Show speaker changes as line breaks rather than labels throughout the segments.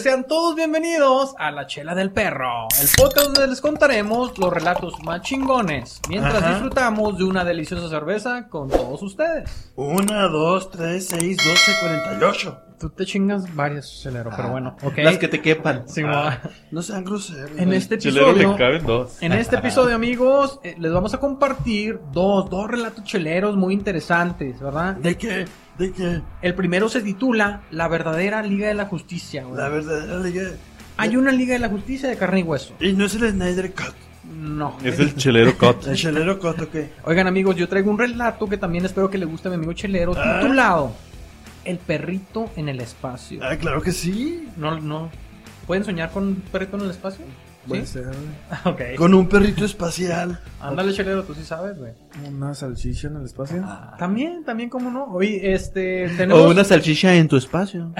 Sean todos bienvenidos a La Chela del Perro, el podcast donde les contaremos los relatos más chingones, mientras
Ajá.
disfrutamos de una deliciosa cerveza con todos ustedes.
1, 2, 3, 6, 12, 48.
Tú te chingas varias, Chelero, pero bueno, ok.
Las que te quepan.
Sí,
Ah,
mo-
no sean groseros.
En
güey.
este
Chilero
episodio,
le caben dos.
en este episodio, amigos, eh, les vamos a compartir dos, dos relatos cheleros muy interesantes, ¿verdad?
¿De qué? ¿De qué?
El primero se titula La verdadera Liga de la Justicia, güey.
La verdadera liga.
Hay una Liga de la Justicia de carne y hueso.
Y no es el Snyder Cut.
No.
Es el chelero cot.
El chelero Cut, ok.
Oigan amigos, yo traigo un relato que también espero que le guste a mi amigo Chelero,
Ah.
titulado El perrito en el espacio.
Ah, claro que sí.
No, no. ¿Pueden soñar con un perrito en el espacio?
Puede
¿Sí?
ser, güey.
Ok.
Con un perrito espacial.
Ándale, Chelero, tú sí sabes, güey.
Una salchicha en el espacio.
Ah.
También, también, ¿cómo no? Oye, este, tenemos...
O una salchicha en tu espacio.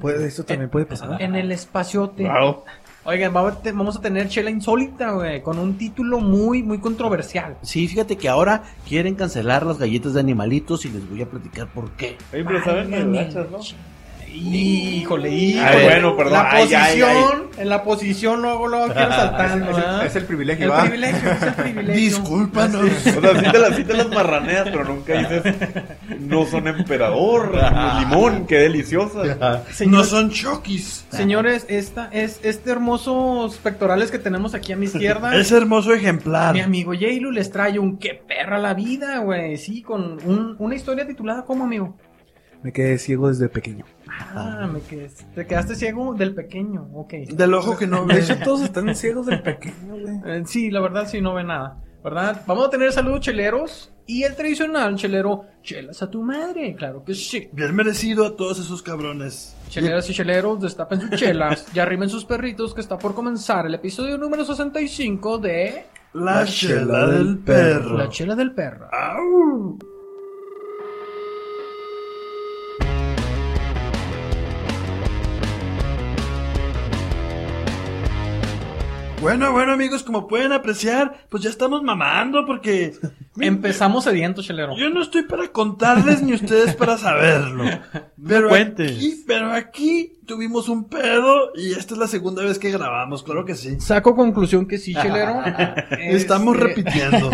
Puede, eso también puede pasar.
En el espaciote.
Wow.
Oigan, va a- te- vamos a tener Chela Insólita, güey, con un título muy, muy controversial.
Sí, fíjate que ahora quieren cancelar las galletas de animalitos y les voy a platicar por qué.
Oye, pero saben
Válgame.
melachas, ¿no?
Híjole,
A
híjole.
ver, bueno, perdón.
La
Ay, ay,
posición, en la posición luego, luego quiero saltando, ¿verdad?
Es el privilegio,
El
¿va?
privilegio, es el privilegio.
Discúlpanos.
O sea, sí te, las, sí te las marraneas, pero nunca dices, no son emperador, no, limón, qué deliciosa.
No
Señores,
son
Ah.
choquis.
señores, esta es este hermosos pectorales que tenemos aquí a mi izquierda.
Es hermoso ejemplar.
Mi amigo Jailu les trae un qué perra la vida, güey. Sí, con un- una historia titulada ¿Cómo, amigo?
Me quedé ciego desde pequeño.
Ah, me quedé, te quedaste ciego del pequeño, ok.
Del ojo que no
De
ve.
hecho, todos están ciegos del pequeño, güey.
Eh, sí, la verdad sí, no ve nada, ¿verdad? Vamos a tener saludos cheleros y el tradicional chelero, chelas a tu madre, claro que sí.
Bien merecido a todos esos cabrones.
Cheleras y cheleros, destapen sus chelas y arrimen sus perritos que está por comenzar el episodio número 65 de
La, chela del perro.
La chela del perro.
Au. Bueno, bueno amigos, como pueden apreciar, pues ya estamos mamando porque
Empezamos sediento, chelero.
yo no estoy para contarles ni ustedes para saberlo. Pero
cuentes.
aquí, pero aquí tuvimos un pedo y esta es la segunda vez que grabamos, claro que sí.
Saco conclusión que sí, chelero.
Estamos
Este,
repitiendo.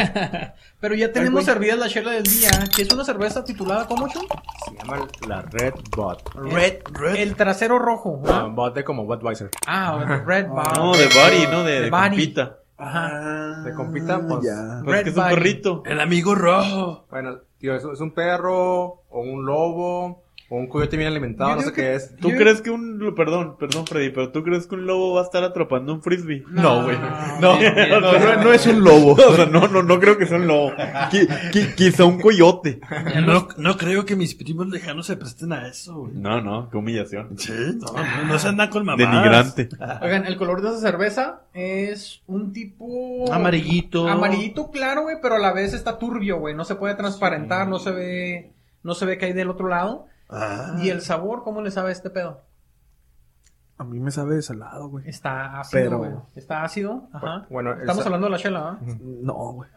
Pero ya tenemos servida la chela del día, que es una cerveza titulada ¿Cómo, Chon?
Se llama la Red Bot.
Red, red.
El trasero rojo.
Ah, bot de como Budweiser.
Ah, Red Bar.
No, de body, no de,
De
de
body.
compita.
Ajá.
De compita,
Ah,
pues.
ya.
Pues
Red
que es un
body.
perrito.
El amigo rojo.
Bueno, tío, es, es un perro, o un lobo, o un coyote bien alimentado,
Yo
no
digo
sé qué es.
¿Tú
Yo-
crees que un... Perdón, perdón, Freddy, pero ¿tú crees que un lobo va a estar atrapando un frisbee?
No, güey.
No, no, no, no es un lobo. O sea, no, no, no creo que sea un lobo. Qui- qui- quizá un coyote.
No, no creo que mis primos lejanos se presten a eso, güey.
No, no, qué humillación.
Sí, no, no, no se andan con mamás.
Denigrante.
Oigan, el color de esa cerveza es un tipo...
Oh, Amarillito.
Amarillito claro, güey, pero a la vez está turbio, güey. No se puede transparentar, no se ve, no se ve que hay del otro lado.
Ah.
Y el sabor, ¿cómo le sabe a este pedo?
A mí me sabe de salado, güey.
Está ácido,
Pero-
güey. Está ácido, ajá.
Bueno, el
Estamos
sa-
hablando de la chela, ¿ah?
No, güey.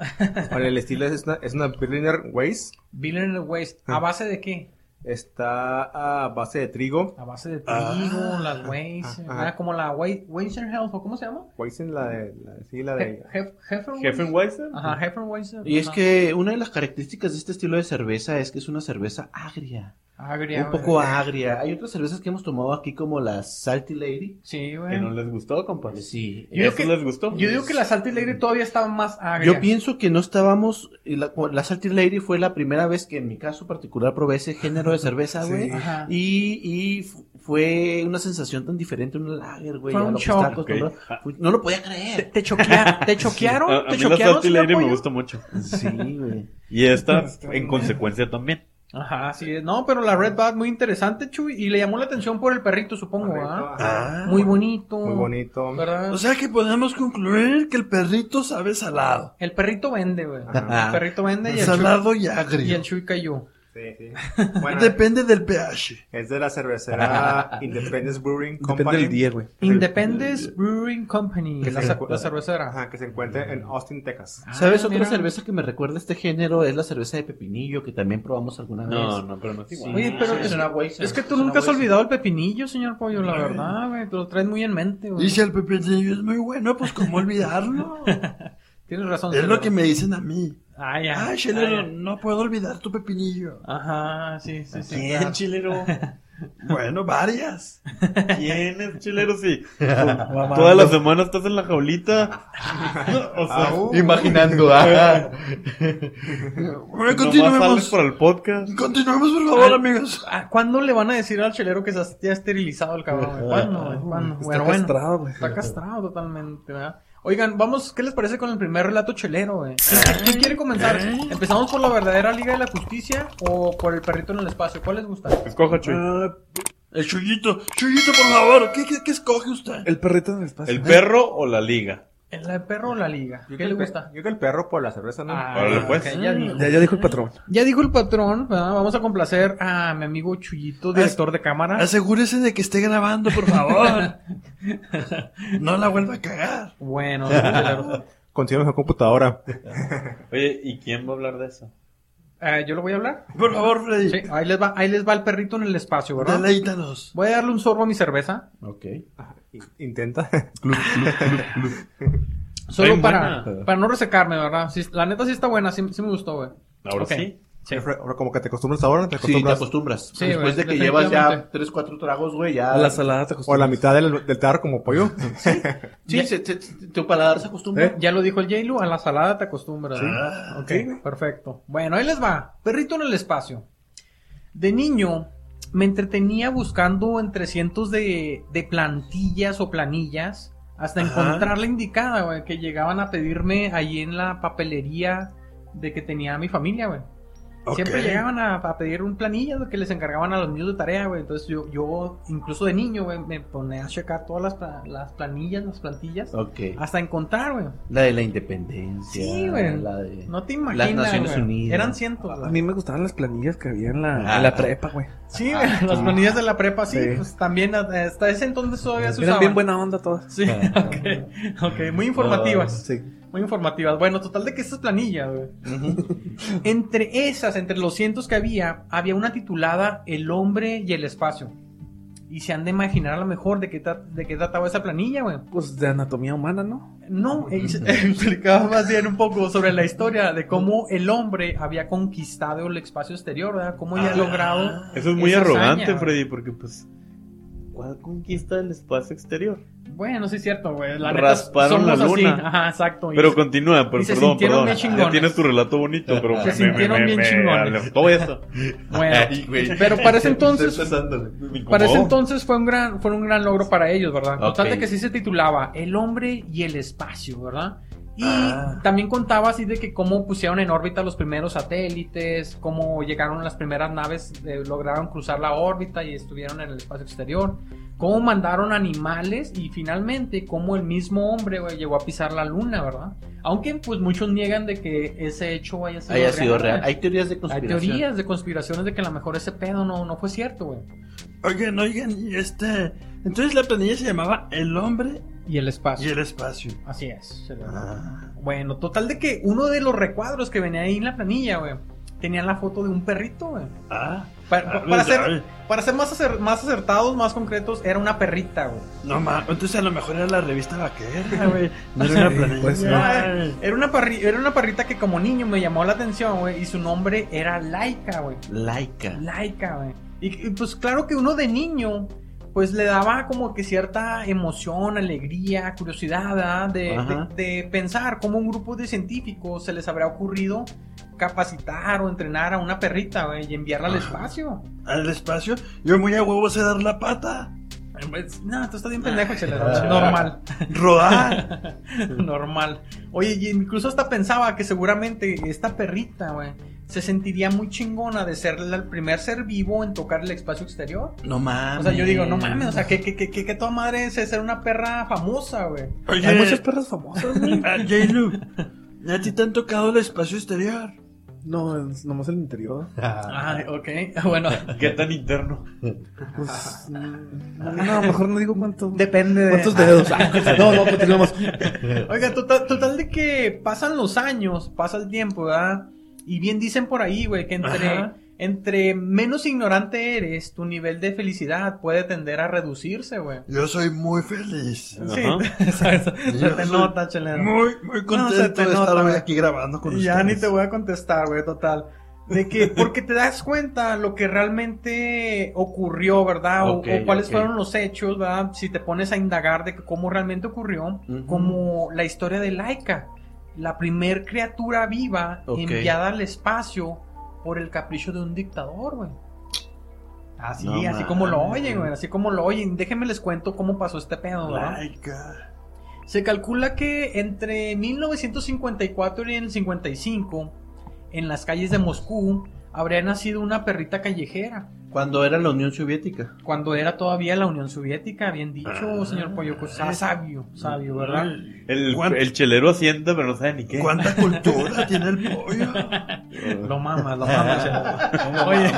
bueno, el estilo es una, es una Berliner Weiss.
Bill in the West. ¿A base de qué?
Está a base de trigo.
A base de
Ah.
trigo, las Weiss,
Ajá.
¿verdad? como la Wei- Weissen Health, ¿o cómo se llama?
Weissen, la de, la, sí, la de...
Hef- Hef- Hefeweizen.
¿Heffenweiser?
Ajá, Hefeweizen.
Y es
ajá.
que una de las características de este estilo de cerveza es que es una cerveza agria.
Agria,
un
Ah, güey.
poco agria. Hay otras cervezas que hemos tomado aquí como la Salty Lady.
Sí,
Que
güey.
no les gustó, compa.
Sí.
Yo digo
¿Eso
que-
les gustó?
Yo digo que la Salty Lady todavía está más agria.
Yo pienso que no estábamos... La, la Salty Lady fue la primera vez que en mi caso particular probé ese género de cerveza,
Sí.
güey.
Ajá.
Y, y fu- fue una sensación tan diferente, un lager, güey.
Fue
a
un
lo que
shock.
estaba acostumbrado. Fui- No lo
¿Te,
podía creer.
te choquea- te choquearon?
A, a
¿Te
mí la
choquearon?
Salty
señor
Lady me
Pollo?
gusta mucho.
Sí, güey.
Y esta, en consecuencia, también.
Ajá, sí. es. No, pero la Red Bat muy interesante, Chuy. Y le llamó la atención por el perrito, supongo,
Correcto,
¿ah?
ajá.
Ah.
Muy bonito.
Muy bonito.
¿Verdad?
O sea que podemos concluir que el perrito sabe salado.
el perrito vende, güey.
Ajá.
Ah.
El perrito vende y el, Chuy,
salado y agrio.
y el Chuy cayó.
Sí, sí. Bueno,
Depende del pH.
es de la cervecera Independence Brewing Company.
Depende del día, güey.
Independence Brewing Company,
Que
la,
se
ce-
recu-
la cervecera.
Ajá, que se encuentra en Austin, Texas.
Ah,
¿Sabes otra
mira.
cerveza que me recuerda a este género? Es la cerveza de pepinillo que también probamos alguna
No,
Pues,
vez.
no, pero no es igual.
Oye, pero es, es que tú nunca has olvidado el pepinillo, señor Pollo, la verdad, güey. Te lo traes muy en mente, güey.
Y si el pepinillo es muy bueno, pues cómo olvidarlo.
Tienes razón.
es lo
Chelero.
que me dicen a mí.
Ah, ya.
Ay,
Ah,
chelero,
ya.
no puedo olvidar tu pepinillo.
Ajá, sí, sí, sí.
¿Quién, chilero?
Bueno, varias.
¿Quién es chilero? Sí. Toda la semana estás en la jaulita. O sea,
Au.
Imaginando, ah.
Bueno,
nomás sales
continuemos.
para el podcast.
Continuemos, por favor, amigos.
Ah, ¿Cuándo le van a decir al chelero que se ha ya esterilizado el cabrón? güey? ¿Cuándo? güey? ¿Cuándo?
Está
Bueno, bueno,
castrado, güey.
está castrado totalmente, ¿verdad? Oigan, vamos, ¿qué les parece con el primer relato chelero, güey? ¿Quién quiere comenzar?
¿Eh?
¿Empezamos por la verdadera Liga de la Justicia o por el perrito en el espacio? ¿Cuál les gusta?
Escoja, Chuy.
Ah, el chullito. Chuyito, por favor, ¿qué, qué, qué escoge usted?
El perrito en el espacio.
¿El perro o la liga?
¿El de perro o la liga?
Yo
¿Qué
que
le
el pe-
gusta? Ah,
Yo que el perro por la cerveza, ¿no?
Ah.
Órale, pues.
ok, ya dijo.
Ya, ya dijo el patrón.
Ya dijo el patrón, ¿verdad? vamos a complacer a mi amigo Chuyito,
Ah,
director de cámara.
Asegúrese de que esté grabando, por favor. No la vuelva a cagar.
Bueno, claro.
Consigue mejor computadora.
Oye, ¿y quién va a hablar de eso?
Eh, yo lo voy a hablar.
Por favor, Freddy,
Sí, ahí les va, ahí les va el perrito en el espacio, ¿verdad?
deleítanos.
Voy a darle un sorbo a mi cerveza.
ok.
Intenta.
Solo
Bien
para,
buena.
para no resecarme, ¿verdad? Sí, la neta sí está buena, sí, sí me gustó, güey.
Ahora
Ok.
sí.
Sí.
Re- Ahora como que te acostumbras ahora, te
Sí, te
pues,
acostumbras.
acostumbras.
Sí,
Después
güey,
de que llevas ya
definitivamente.
3, 4 tragos, güey,
A
ya.
la salada te
o a
acostumbras.
la mitad del, del tarro como pollo.
Sí, se- se- se- tu paladar se acostumbra.
Ya lo dijo el J-Lo, a la salada te acostumbras. ¿verdad?
Ah,
Ok, perfecto. Bueno, ahí les va. Perrito en el espacio. De niño me entretenía buscando entre cientos de, de plantillas o planillas hasta encontrar la indicada, güey, que llegaban a pedirme allí en la papelería de que tenía mi familia, güey.
ok.
Siempre llegaban a, a pedir un planilla que les encargaban a los niños de tarea, güey. Entonces yo, yo incluso de niño, güey, me ponía a checar todas las, pla- las planillas, las plantillas,
Ok.
hasta encontrar, güey.
La de la independencia.
Sí, güey.
La de...
No te imaginas.
Naciones
güey.
Unidas.
Eran cientos.
A
güey.
mí me gustaban las planillas que había en
Ah,
Ah,
la, en la prepa, güey.
Sí, güey, las planillas de la prepa, sí.
Ah, Sí.
Pues también hasta ese entonces todavía se
Eran
usaban.
bien buena onda todas. Ah.
Sí, ok. Ok, muy informativas.
Sí.
Muy informativas. Bueno, total de que estas planillas, güey. entre esas, entre los cientos que había, había una titulada El hombre y el espacio. Y se han de imaginar a lo mejor de qué, tra- de qué trataba esa planilla, güey.
Pues de anatomía humana, ¿no?
No, ex- explicaba más bien un poco sobre la historia de cómo el hombre había conquistado el espacio exterior, ¿verdad? Cómo
Ah.
había logrado
Eso es muy
Esa
arrogante,
hazaña,
Freddy, porque pues... ¿Cuál conquista del espacio exterior?
Bueno, sí es cierto, güey. La
Rasparon
neta, somos
la
Así.
luna.
Ajá, exacto. Y
Pero
es-
continúa, por,
y se
perdón,
sintieron
perdón.
bien
Ya
chingones.
tienes tu relato bonito, pero...
Se sintieron bien chingones.
alertó eso.
bueno,
Ay, güey.
pero para ese entonces,
Estoy pensándole.
Me incomodó.
para ese entonces fue un gran, fue un gran logro para ellos, ¿verdad? Con tal de
Ok.
que sí se titulaba El hombre y el espacio, ¿verdad? Y
Ah.
también contaba así de que cómo pusieron en órbita los primeros satélites, cómo llegaron las primeras naves, eh, lograron cruzar la órbita y estuvieron en el espacio exterior, cómo mandaron animales y finalmente cómo el mismo hombre güey, llegó a pisar la luna, ¿verdad? Aunque pues muchos niegan de que ese hecho haya sido
Haya
real.
sido real.
güey.
Hay teorías de
Hay
conspiración.
teorías de conspiraciones de que a lo mejor ese pedo no, no fue cierto, güey.
Oigan, oigan, y este. Entonces la planilla se llamaba El hombre
Y el espacio.
y el espacio. Ah,
Así es. Ah. Bueno, total de que uno de los recuadros que venía ahí en la planilla, güey, tenía la foto de un perrito, güey.
Ah,
Pa- pa-
ah,
para,
pues,
ser,
ay,
para ser más, acer- más acertados, más concretos, era una perrita, güey.
No ma, entonces a lo mejor era la revista vaquera, güey. No era
Sí,
una planilla.
pues, no.
Ay,
Era una, parri- era una perrita que como niño me llamó la atención, güey, y su nombre era Laika, güey.
Laica.
Laica, güey. Y, y, pues claro que uno de niño, pues le daba como que cierta emoción, alegría, curiosidad, ¿verdad?
Ajá.
De, de- de pensar cómo un grupo de científicos se les habrá ocurrido capacitar o entrenar a una perrita, güey, y enviarla al espacio.
Al espacio, yo muy a huevo sé dar la pata.
Eh, pues, No, tú estás bien pendejo, chelero. Normal.
Rodar.
Normal. Oye, y incluso hasta pensaba que seguramente esta perrita, güey, se sentiría muy chingona de ser la- el primer ser vivo en tocar el espacio exterior.
No mames.
O sea, yo digo, no mames, o sea, que, que, que, que, que toda madre es ser una perra famosa, güey.
Oye,
Hay muchas perras famosas, güey.
ah, J-Lu, ¿a ti te han tocado el espacio exterior?
No, es nomás el interior.
Eh.
Ah, ok. Bueno,
¿Qué tan interno?
Pues, mm, no, mejor no digo cuánto.
depende de...
¿Cuántos dedos? Ah, no, no, continuamos.
Oiga, total, total de que pasan los años, pasa el tiempo, ¿verdad? Y bien dicen por ahí, güey, que entre, entre menos ignorante eres, tu nivel de felicidad puede tender a reducirse, güey.
Yo soy muy feliz.
Sí,
Ajá.
se se te
soy
nota, chelero.
Muy, muy contento
se te
de
nota,
estar hoy
güey.
aquí grabando con
Y Ya
ustedes.
ni te voy a contestar, güey, total. De que, porque te das cuenta lo que realmente ocurrió, ¿verdad? O,
Ok,
o cuáles
ok.
fueron los hechos, ¿verdad? Si te pones a indagar de que cómo realmente ocurrió, como la historia de Laika, la primer criatura viva
Ok.
enviada al espacio por el capricho de un dictador, güey. Así,
No
así como lo
mames.
oyen, güey, así como lo oyen. Déjenme les cuento cómo pasó este pedo, ¿verdad?
Laica.
Se calcula que entre 1954 y el 55, en las calles de Moscú, habría nacido una perrita callejera,
Cuando era la Unión Soviética.
cuando era todavía la Unión Soviética, bien dicho, señor Polloco. Sa- Sabio, sabio, ¿verdad?
El,
¿Cuánto?
el chelero asienta, pero no sabe ni qué.
¿Cuánta cultura tiene el pollo?
Lo mamas, lo mamas. Oye,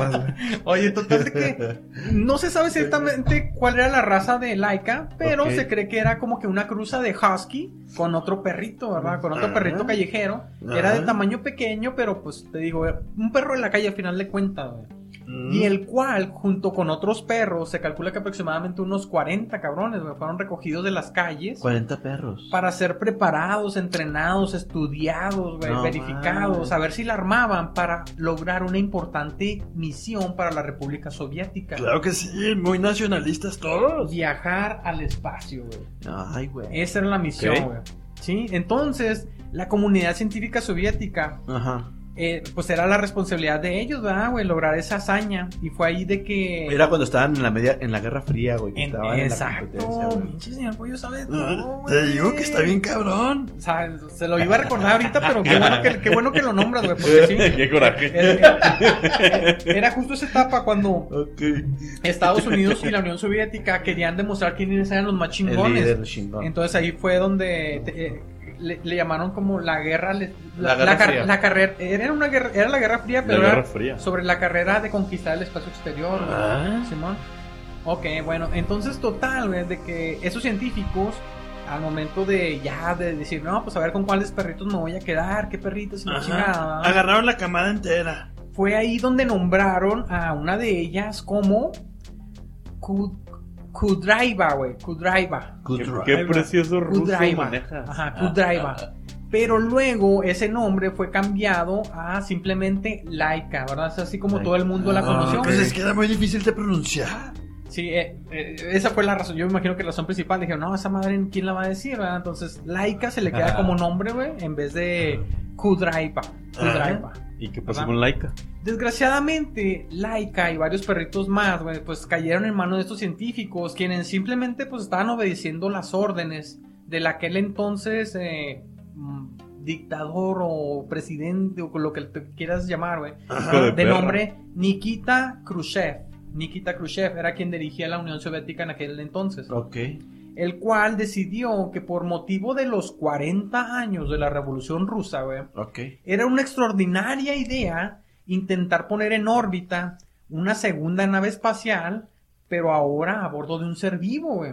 oye, total de que no se sabe exactamente cuál era la raza de Laika, pero
Ok.
se cree que era como que una cruza de husky con otro perrito, ¿verdad? Con otro
Ajá.
perrito callejero. Era de
Ajá.
tamaño pequeño, pero pues te digo, un perro en la calle al final de cuentas, güey. Y el cual, junto con otros perros, se calcula que aproximadamente unos 40 cabrones güey, fueron recogidos de las calles
40 perros.
para ser preparados, entrenados, estudiados, güey,
No
verificados,
mames.
a ver si la armaban para lograr una importante misión para la República Soviética.
Claro que sí, muy nacionalistas todos.
Viajar al espacio, güey.
Ay, güey.
Esa era la misión,
Ok.
güey. Sí, entonces la comunidad científica soviética,
Ajá.
eh, pues era la responsabilidad de ellos, ¿verdad, güey? Lograr esa hazaña. Y fue ahí de que...
Era cuando estaban en la media, en la Guerra Fría, güey. que
en-
estaban en la competencia,
exacto,
güey.
pinche señor Pollo sabe de todo,
Ah,
güey.
Te digo que está bien cabrón.
O sea, se lo iba a recordar ahorita, pero qué bueno que, qué bueno que lo nombras, güey, porque sí.
qué coraje.
Era, era justo esa etapa cuando Estados Unidos y la Unión Soviética querían demostrar quiénes eran los más
El
chingones.
líder chingón.
Entonces ahí fue donde te- eh, le, le llamaron como la guerra, le- la,
La Guerra
la car-
Fría.
la carrera, era una guerra, era la guerra fría,
La
pero
guerra Ah.
era
fría.
sobre la carrera de conquistar el espacio exterior, güey. Simón. Ok, bueno, entonces total, güey, de que esos científicos al momento de ya de decir, no, pues a ver con cuáles perritos me voy a quedar, qué perritos y la
Ajá.
chingada, ¿verdad?
Agarraron la camada entera.
fue ahí donde nombraron a una de ellas como Ku- Kudraiva, güey, Kudraiva.
Qué, qué precioso ruso
Kudraiva.
manejas.
Ajá, Kudraiva. Pero luego ese nombre fue cambiado a simplemente Laika, ¿verdad? Es así como todo el mundo la conoció.
pues es que era muy difícil de pronunciar.
Sí, eh, eh, esa fue la razón. Yo me imagino que la razón principal. Dijeron, no, esa madre, ¿quién la va a decir? verdad? Entonces, Laika se le queda como nombre, güey, en vez de Kudraipa. Kudraipa.
¿Y qué pasó
Ajá.
con Laika?
Desgraciadamente, Laika y varios perritos más, güey, pues cayeron en manos de estos científicos, quienes simplemente pues estaban obedeciendo las órdenes del aquel entonces eh, mm, dictador o presidente o con lo que te quieras llamar, güey
Ah, Hijo
de
perra.
nombre Nikita Khrushchev. Nikita Khrushchev era quien dirigía la Unión Soviética en aquel entonces,
Ok.
el cual decidió que por motivo de los 40 años de la Revolución Rusa, güey,
Ok.
era una extraordinaria idea intentar poner en órbita una segunda nave espacial, pero ahora a bordo de un ser vivo, güey.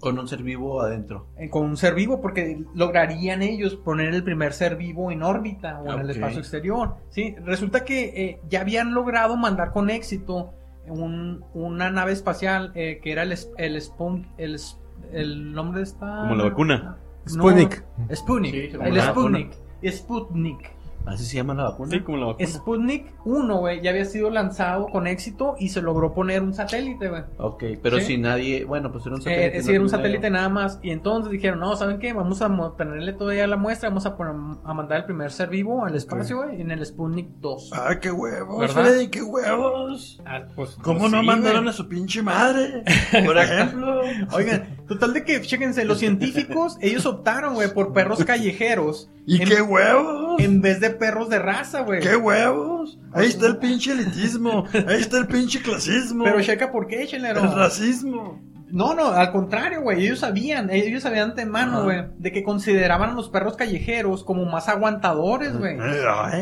Con un ser vivo adentro.
Eh, Con un ser vivo, porque lograrían ellos poner el primer ser vivo en órbita o en el
Ok.
espacio exterior. Sí, resulta que eh, ya habían logrado mandar con éxito un- una nave espacial eh, que era el, es- el, Spun- el, es- el nombre de esta. Ah,
Como la vacuna.
No,
Sputnik.
Sputnik.
Sí, como
el
la vacuna.
Sputnik. Sputnik.
Así se llama la vacuna.
Sí, como la vacuna.
Sputnik 1, güey, ya había sido lanzado con éxito y se logró poner un satélite, güey.
Ok, pero
Sí.
si nadie. Bueno, pues era un
Eh,
satélite.
Es
no
decir, un
tenía-
satélite nada más. Y entonces dijeron, no, ¿saben qué? Vamos a mo- ponerle todavía la muestra, vamos a, poner- a mandar el primer ser vivo al espacio, güey, en el Sputnik 2.
Ah, pues, qué huevos,
¿Verdad? Pues
Freddy, qué huevos.
Ah,
¿Cómo no mandaron a su pinche madre? Por ejemplo.
Oigan, total de que, chéquense, los científicos, ellos optaron, güey, por perros callejeros
¿Y
En-
qué huevos?
en vez de perros de raza, güey.
¿Qué huevos? Ahí está el pinche elitismo, ahí está el pinche clasismo,
Pero checa por qué, chelero.
el racismo.
No, no, al contrario, güey. Ellos sabían, ellos sabían de antemano, güey, de que consideraban a los perros callejeros como más aguantadores, güey.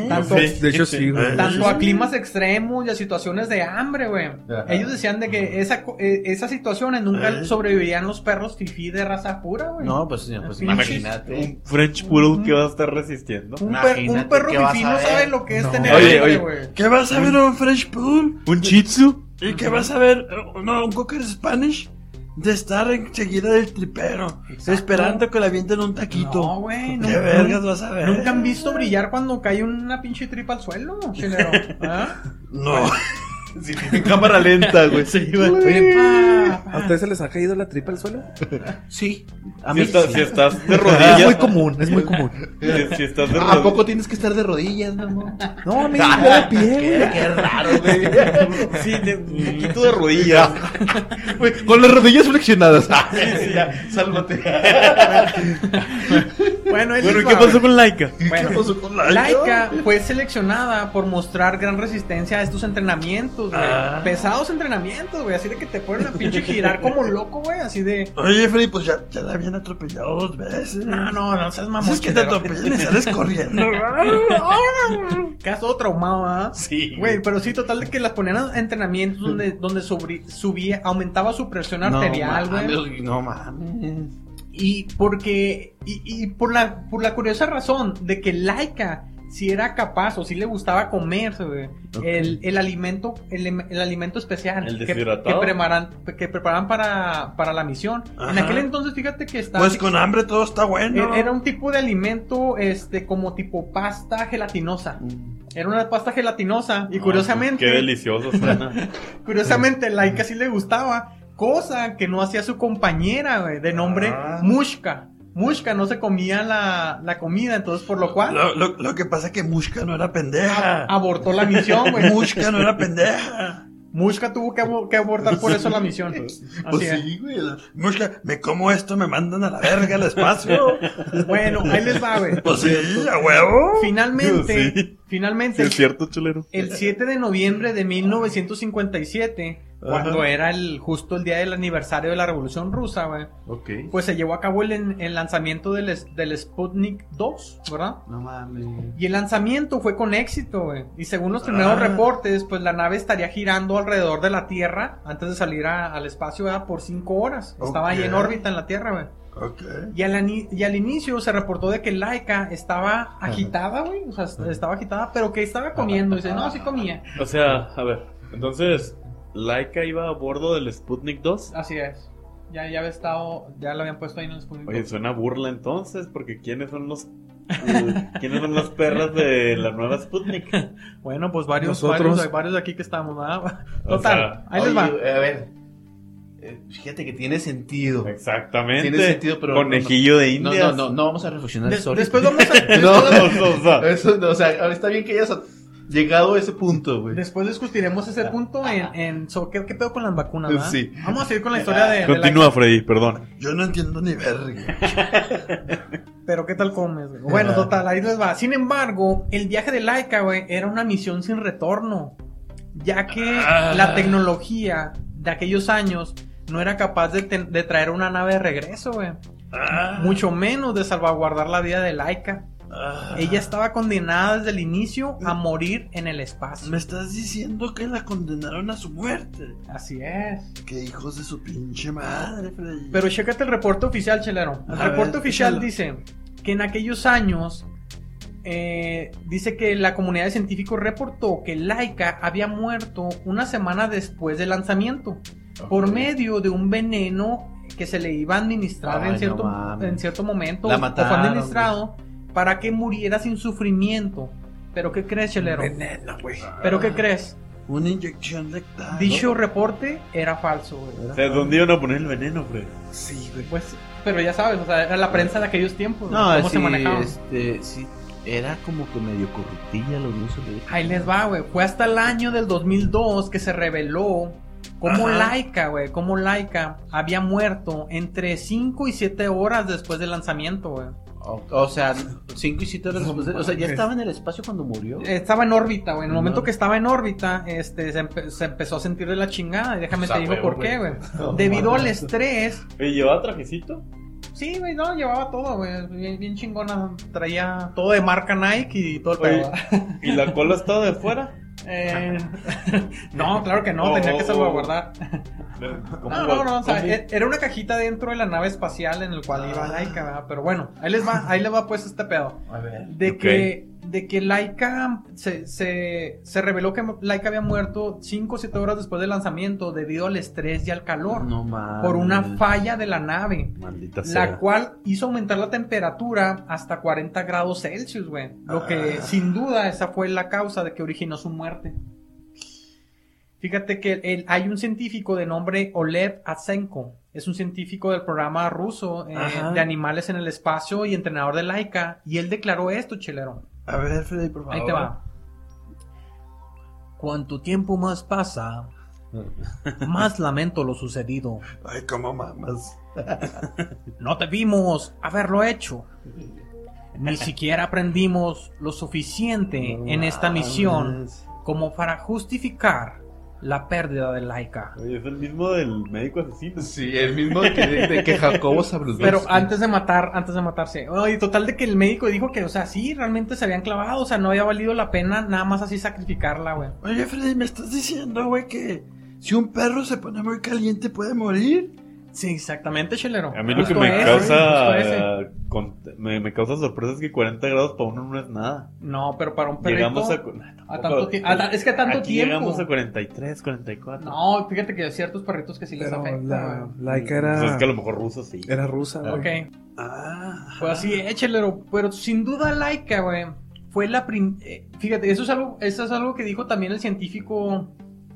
Tanto,
De hecho, Eh, sí,
Eh.
güey.
tanto a climas extremos y a situaciones de hambre, güey.
Ajá. Eh.
Ellos decían de que esa, co- eh, esas situaciones nunca sobrevivían los perros fifí de raza pura, güey.
No, pues, sí, pues
Pinches-
imagínate.
Un French Poodle que va a estar resistiendo.
un, per- un
imagínate
perro
qué vas
fifí
a
no
ver.
sabe lo que es
No.
tener
Oye,
hambre,
oye.
güey.
¿Qué vas a ver un French Poodle?
Un Shih Tzu.
¿Y qué vas a ver? eh, No, un Cocker Spanish. De estar enseguida del tripero.
Exacto.
Esperando que le avienten un taquito.
No, güey,
¿Qué
nunca-
vergas vas a ver?
Nunca han visto brillar cuando cae una pinche tripa al suelo, chinero. ¿Ah?
No.
En cámara lenta, güey. Sí,
Ah,
¿A ustedes se les ha caído la tripa al suelo?
Sí, a
Si,
mí
está-
sí.
si estás de
Es muy
rodillas.
común, es muy común.
si, si estás de
Ah, ¿A
rodillas.
poco tienes que estar de rodillas, mi amor?
No, me da de pie, güey.
Qué raro, güey.
Sí, de- un poquito de rodillas.
Güey, Con las rodillas flexionadas.
ya, sálvate.
Bueno, él
Bueno, ¿y
iba,
qué
güey.
pasó con Laika?
Bueno,
con
Laika fue seleccionada por mostrar gran resistencia a estos entrenamientos, güey.
Ah.
Pesados entrenamientos, güey. Así de que te ponen a pinche girar como loco, güey. Así de.
Oye, Freddy, pues ya, ya la habían atropellado dos veces.
No, no, no seas mamón.
Vamos, es que te
chelero".
atropellan y sales corriendo.
Que has todo traumado, ¿ah?
Sí.
Güey, pero sí, total de que las ponían a entrenamientos
Mm.
donde, donde sobri- subía, aumentaba su presión arterial, güey.
No mames.
Y porque, y, y por la, por la curiosa razón de que Laika si era capaz o si le gustaba comerse güey, el, el alimento, el, em- el alimento especial
El
que,
deshidratado.
que preparan, que preparan para, para la misión. En
Ajá.
aquel entonces, fíjate que estaba.
Pues con hambre todo está bueno.
e- Era un tipo de alimento, este, como tipo pasta gelatinosa. Era una pasta gelatinosa. Y curiosamente,
Qué delicioso suena.
curiosamente, Laika sí le gustaba. Cosa que no hacía su compañera, güey, de nombre
Ah.
Mushka. Mushka no se comía la, la comida, entonces por lo cual
Ah, Lo, lo- lo que pasa es que Mushka no era pendeja.
abortó la misión, güey.
Mushka no era pendeja.
Mushka tuvo que, abo- que abortar por eso la misión.
Pues
Así es.
sí, güey. Mushka, me como esto, me mandan a la verga al espacio.
Bueno, ahí les va, güey.
Pues sí, a huevo.
Finalmente,
Sí. Sí,
finalmente,
es cierto, chulero.
el 7 de noviembre de 1957, cuando era el justo el día del aniversario de la Revolución Rusa, güey,
Ok.
pues se llevó a cabo el, en- el lanzamiento del, es- del Sputnik 2, ¿verdad?
No mames.
Y el lanzamiento fue con éxito, güey. Y según los primeros reportes, pues la nave estaría girando alrededor de la Tierra antes de salir a- al espacio, ¿verdad? Por cinco horas. Estaba ahí en
Ok.
órbita en la Tierra, güey.
Ok.
Y al, ani- y al inicio se reportó de que Laika estaba agitada, güey. O sea, est- estaba agitada, pero que estaba comiendo. Y dice, no, sí comía.
O sea, a ver. Entonces, Laika iba a bordo del Sputnik 2.
Así es. Ya, ya había estado, ya lo habían puesto ahí en el Sputnik.
Oye, suena burla entonces, porque ¿quiénes son los. eh, ¿Quiénes son las perras de la nueva Sputnik?
Bueno, pues varios,
Nosotros-
varios, varios de aquí que estamos, ¿verdad?
O
Total,
sea,
ahí les va.
Oye, A ver. Eh, Fíjate que tiene sentido.
Exactamente.
Tiene sentido, pero no,
Conejillo de
No,
India.
no, no, no vamos a reflexionar
De-
sobre
después vamos a...
o sea,
Eso, no, o sea, ahora está bien que hayas llegado a ese punto, güey.
Después discutiremos ese punto en, en sobre qué, qué pedo con las vacunas, ¿verdad?
Sí.
Vamos a seguir con la historia de, de la-
Continúa, Freddy, perdón.
Yo no entiendo ni verga.
Pero qué tal comes, güey? Bueno, total, ahí les va. Sin embargo, el viaje de Laika, güey, era una misión sin retorno. Ya que
Ah.
la tecnología de aquellos años no era capaz de, ten- de traer una nave de regreso, güey.
Ah,
Mucho menos de salvaguardar la vida de Laika.
ah.
Ella estaba condenada desde el inicio a morir en el espacio.
Me estás diciendo que la condenaron a su muerte.
Así es.
Que hijos de su pinche madre, Freddy.
Pero chécate el reporte oficial, Chelero. El
A
reporte
ver,
oficial
échalo.
dice que en aquellos años eh, dice que la comunidad de científicos reportó que Laika había muerto una semana después del lanzamiento por medio de un veneno que se le iba a administrar
Ay,
en, cierto,
no mames.
en cierto momento
La
o fue
mataron,
administrado para que muriera sin sufrimiento. ¿Pero qué crees, Chelero?
Veneno, güey.
¿Pero qué crees?
Una inyección
Ah,
letal.
Dicho reporte era falso, güey.
O sea, ¿dónde iban a poner el veneno, Freddy?
Sí, güey.
Pues, pero ya sabes, o sea, era la prensa de aquellos tiempos.
No,
¿Cómo
sí,
se manejaba?
este, sí. Era como que medio corruptilla la Unión Soviética.
Ahí les va, güey. Fue hasta el año del 2002 que se reveló cómo
Ajá.
Laika, güey, cómo Laika había muerto entre 5 y 7 horas después del lanzamiento, güey.
O, o sea, 5 y 7 horas después. de- o sea, ya estaba en el espacio cuando murió.
Estaba en órbita, güey. En el momento
No.
que estaba en órbita, este, se, empe- se empezó a sentir de la chingada. Y déjame
Pues a
te digo
huevo,
por
güey.
qué, güey. Debido al estrés,
¿Y llevaba trajecito?
Sí, güey, no, llevaba todo, güey. Bien, bien chingona. Traía todo de marca Nike y todo el
Oye.
pedo.
¿Y la cola estaba de fuera?
Eh, no, claro que no,
Oh,
tenía
oh,
que
oh.
salvaguardar.
¿Cómo
No,
lo-
no, no, o sea,
cómo- Ah.
e- era una cajita dentro de la nave espacial en el cual iba Laika, ¿verdad? pero bueno, ahí les va, ahí les va pues este pedo.
A ver.
De
Ok.
que, de que Laika se, se, se reveló que Laika había muerto 5 o 7 horas después del lanzamiento debido al estrés y al calor.
No mames.
Por una falla de la nave.
Maldita
La cual hizo aumentar la temperatura hasta 40 grados Celsius, güey. Lo que sin duda esa fue la causa de que originó su muerte. Fíjate que el- hay un científico de nombre Oleg Atsenko. Es un científico del programa ruso eh,
Ajá.
de animales en el espacio y entrenador de Laika. Y él declaró esto, chelero.
A ver, Freddy, por favor.
Ahí te va. Cuanto tiempo más pasa, más lamento lo sucedido.
Ay, cómo mamas.
No debimos haberlo hecho. Ni siquiera aprendimos lo suficiente en esta misión como para justificar la pérdida de Laika.
Oye, es el mismo del médico asesino.
Sí, el mismo de que, de que Jacobo
Pues,
Sabrusvesky.
Pero antes de matar, antes de matarse. Oye, total de que el médico dijo que, o sea, sí, realmente se habían clavado, o sea, no había valido la pena nada más así sacrificarla, güey.
Oye, Freddy, ¿me estás diciendo, güey, que si un perro se pone muy caliente puede morir?
Sí, exactamente, chelero.
A mí lo que
Justo
me
ese, justo
causa
ese.
con- me, me causa sorpresa es que 40 grados para uno no es nada.
No, pero para un perrito.
llegamos a, cu- no,
a
tampoco.
tanto ti- a ta- es que a tanto
Aquí
tiempo.
Llegamos a 43, 44.
No, fíjate que hay ciertos perritos que sí les
Pero
afecta.
la
güey.
laica
Pues es
era,
Ah.
que a lo mejor ruso sí.
era rusa, güey.
Ok.
Ah.
Pues así, échale, pero sin duda Laika, güey, fue la prim... eh, fíjate, eso es, algo, eso es algo que dijo también el científico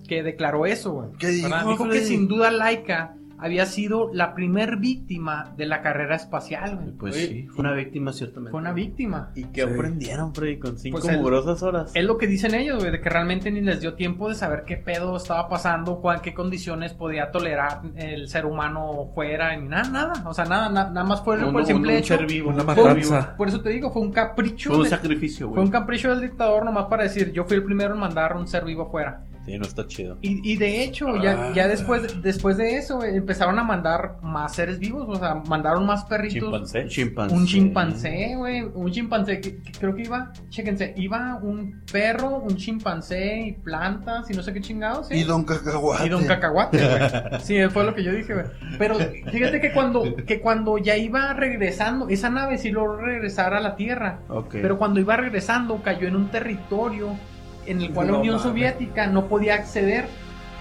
que declaró eso, güey.
¿Qué dijo,
¿verdad? Dijo que
Freddy?
sin duda Laika había sido la primer víctima de la carrera espacial, güey.
Pues
Oye.
sí, fue una víctima, ciertamente.
Fue una víctima.
¿Y qué
Sí.
aprendieron, Freddy, con 5
Pues el-
mugrosas horas?
Es lo que dicen ellos, güey, de que realmente ni les dio tiempo de saber qué pedo estaba pasando, cuál, qué condiciones podía tolerar el ser humano fuera, ni nada, nada. O sea, nada, na- nada más fue
Un-
por el
un-
simple
un
hecho.
ser vivo,
Una
un ser
matanza.
vivo.
Por eso te digo, fue un capricho.
Fue un
de-
sacrificio,
Fue un
güey.
capricho del dictador nomás para decir, yo fui el primero en mandar un ser vivo afuera.
Sí, no está chido.
Y, y de hecho, ya,
Ah.
ya después, después de eso, güey, empezaron a mandar más seres vivos, o sea, mandaron más perritos.
Chimpancé.
Chimpancé.
Un chimpancé, güey, un chimpancé, que, que creo que iba, chéquense, iba un perro, un chimpancé y plantas y no sé qué chingados, ¿sí?
Y Don Cacahuate.
Y don cacahuate, güey. Sí, fue lo que yo dije, güey. Pero fíjate que cuando, que cuando ya iba regresando, esa nave sí logró regresar a la Tierra.
Ok.
Pero cuando iba regresando cayó en un territorio en el cual la
No
Unión
mames.
Soviética no podía acceder.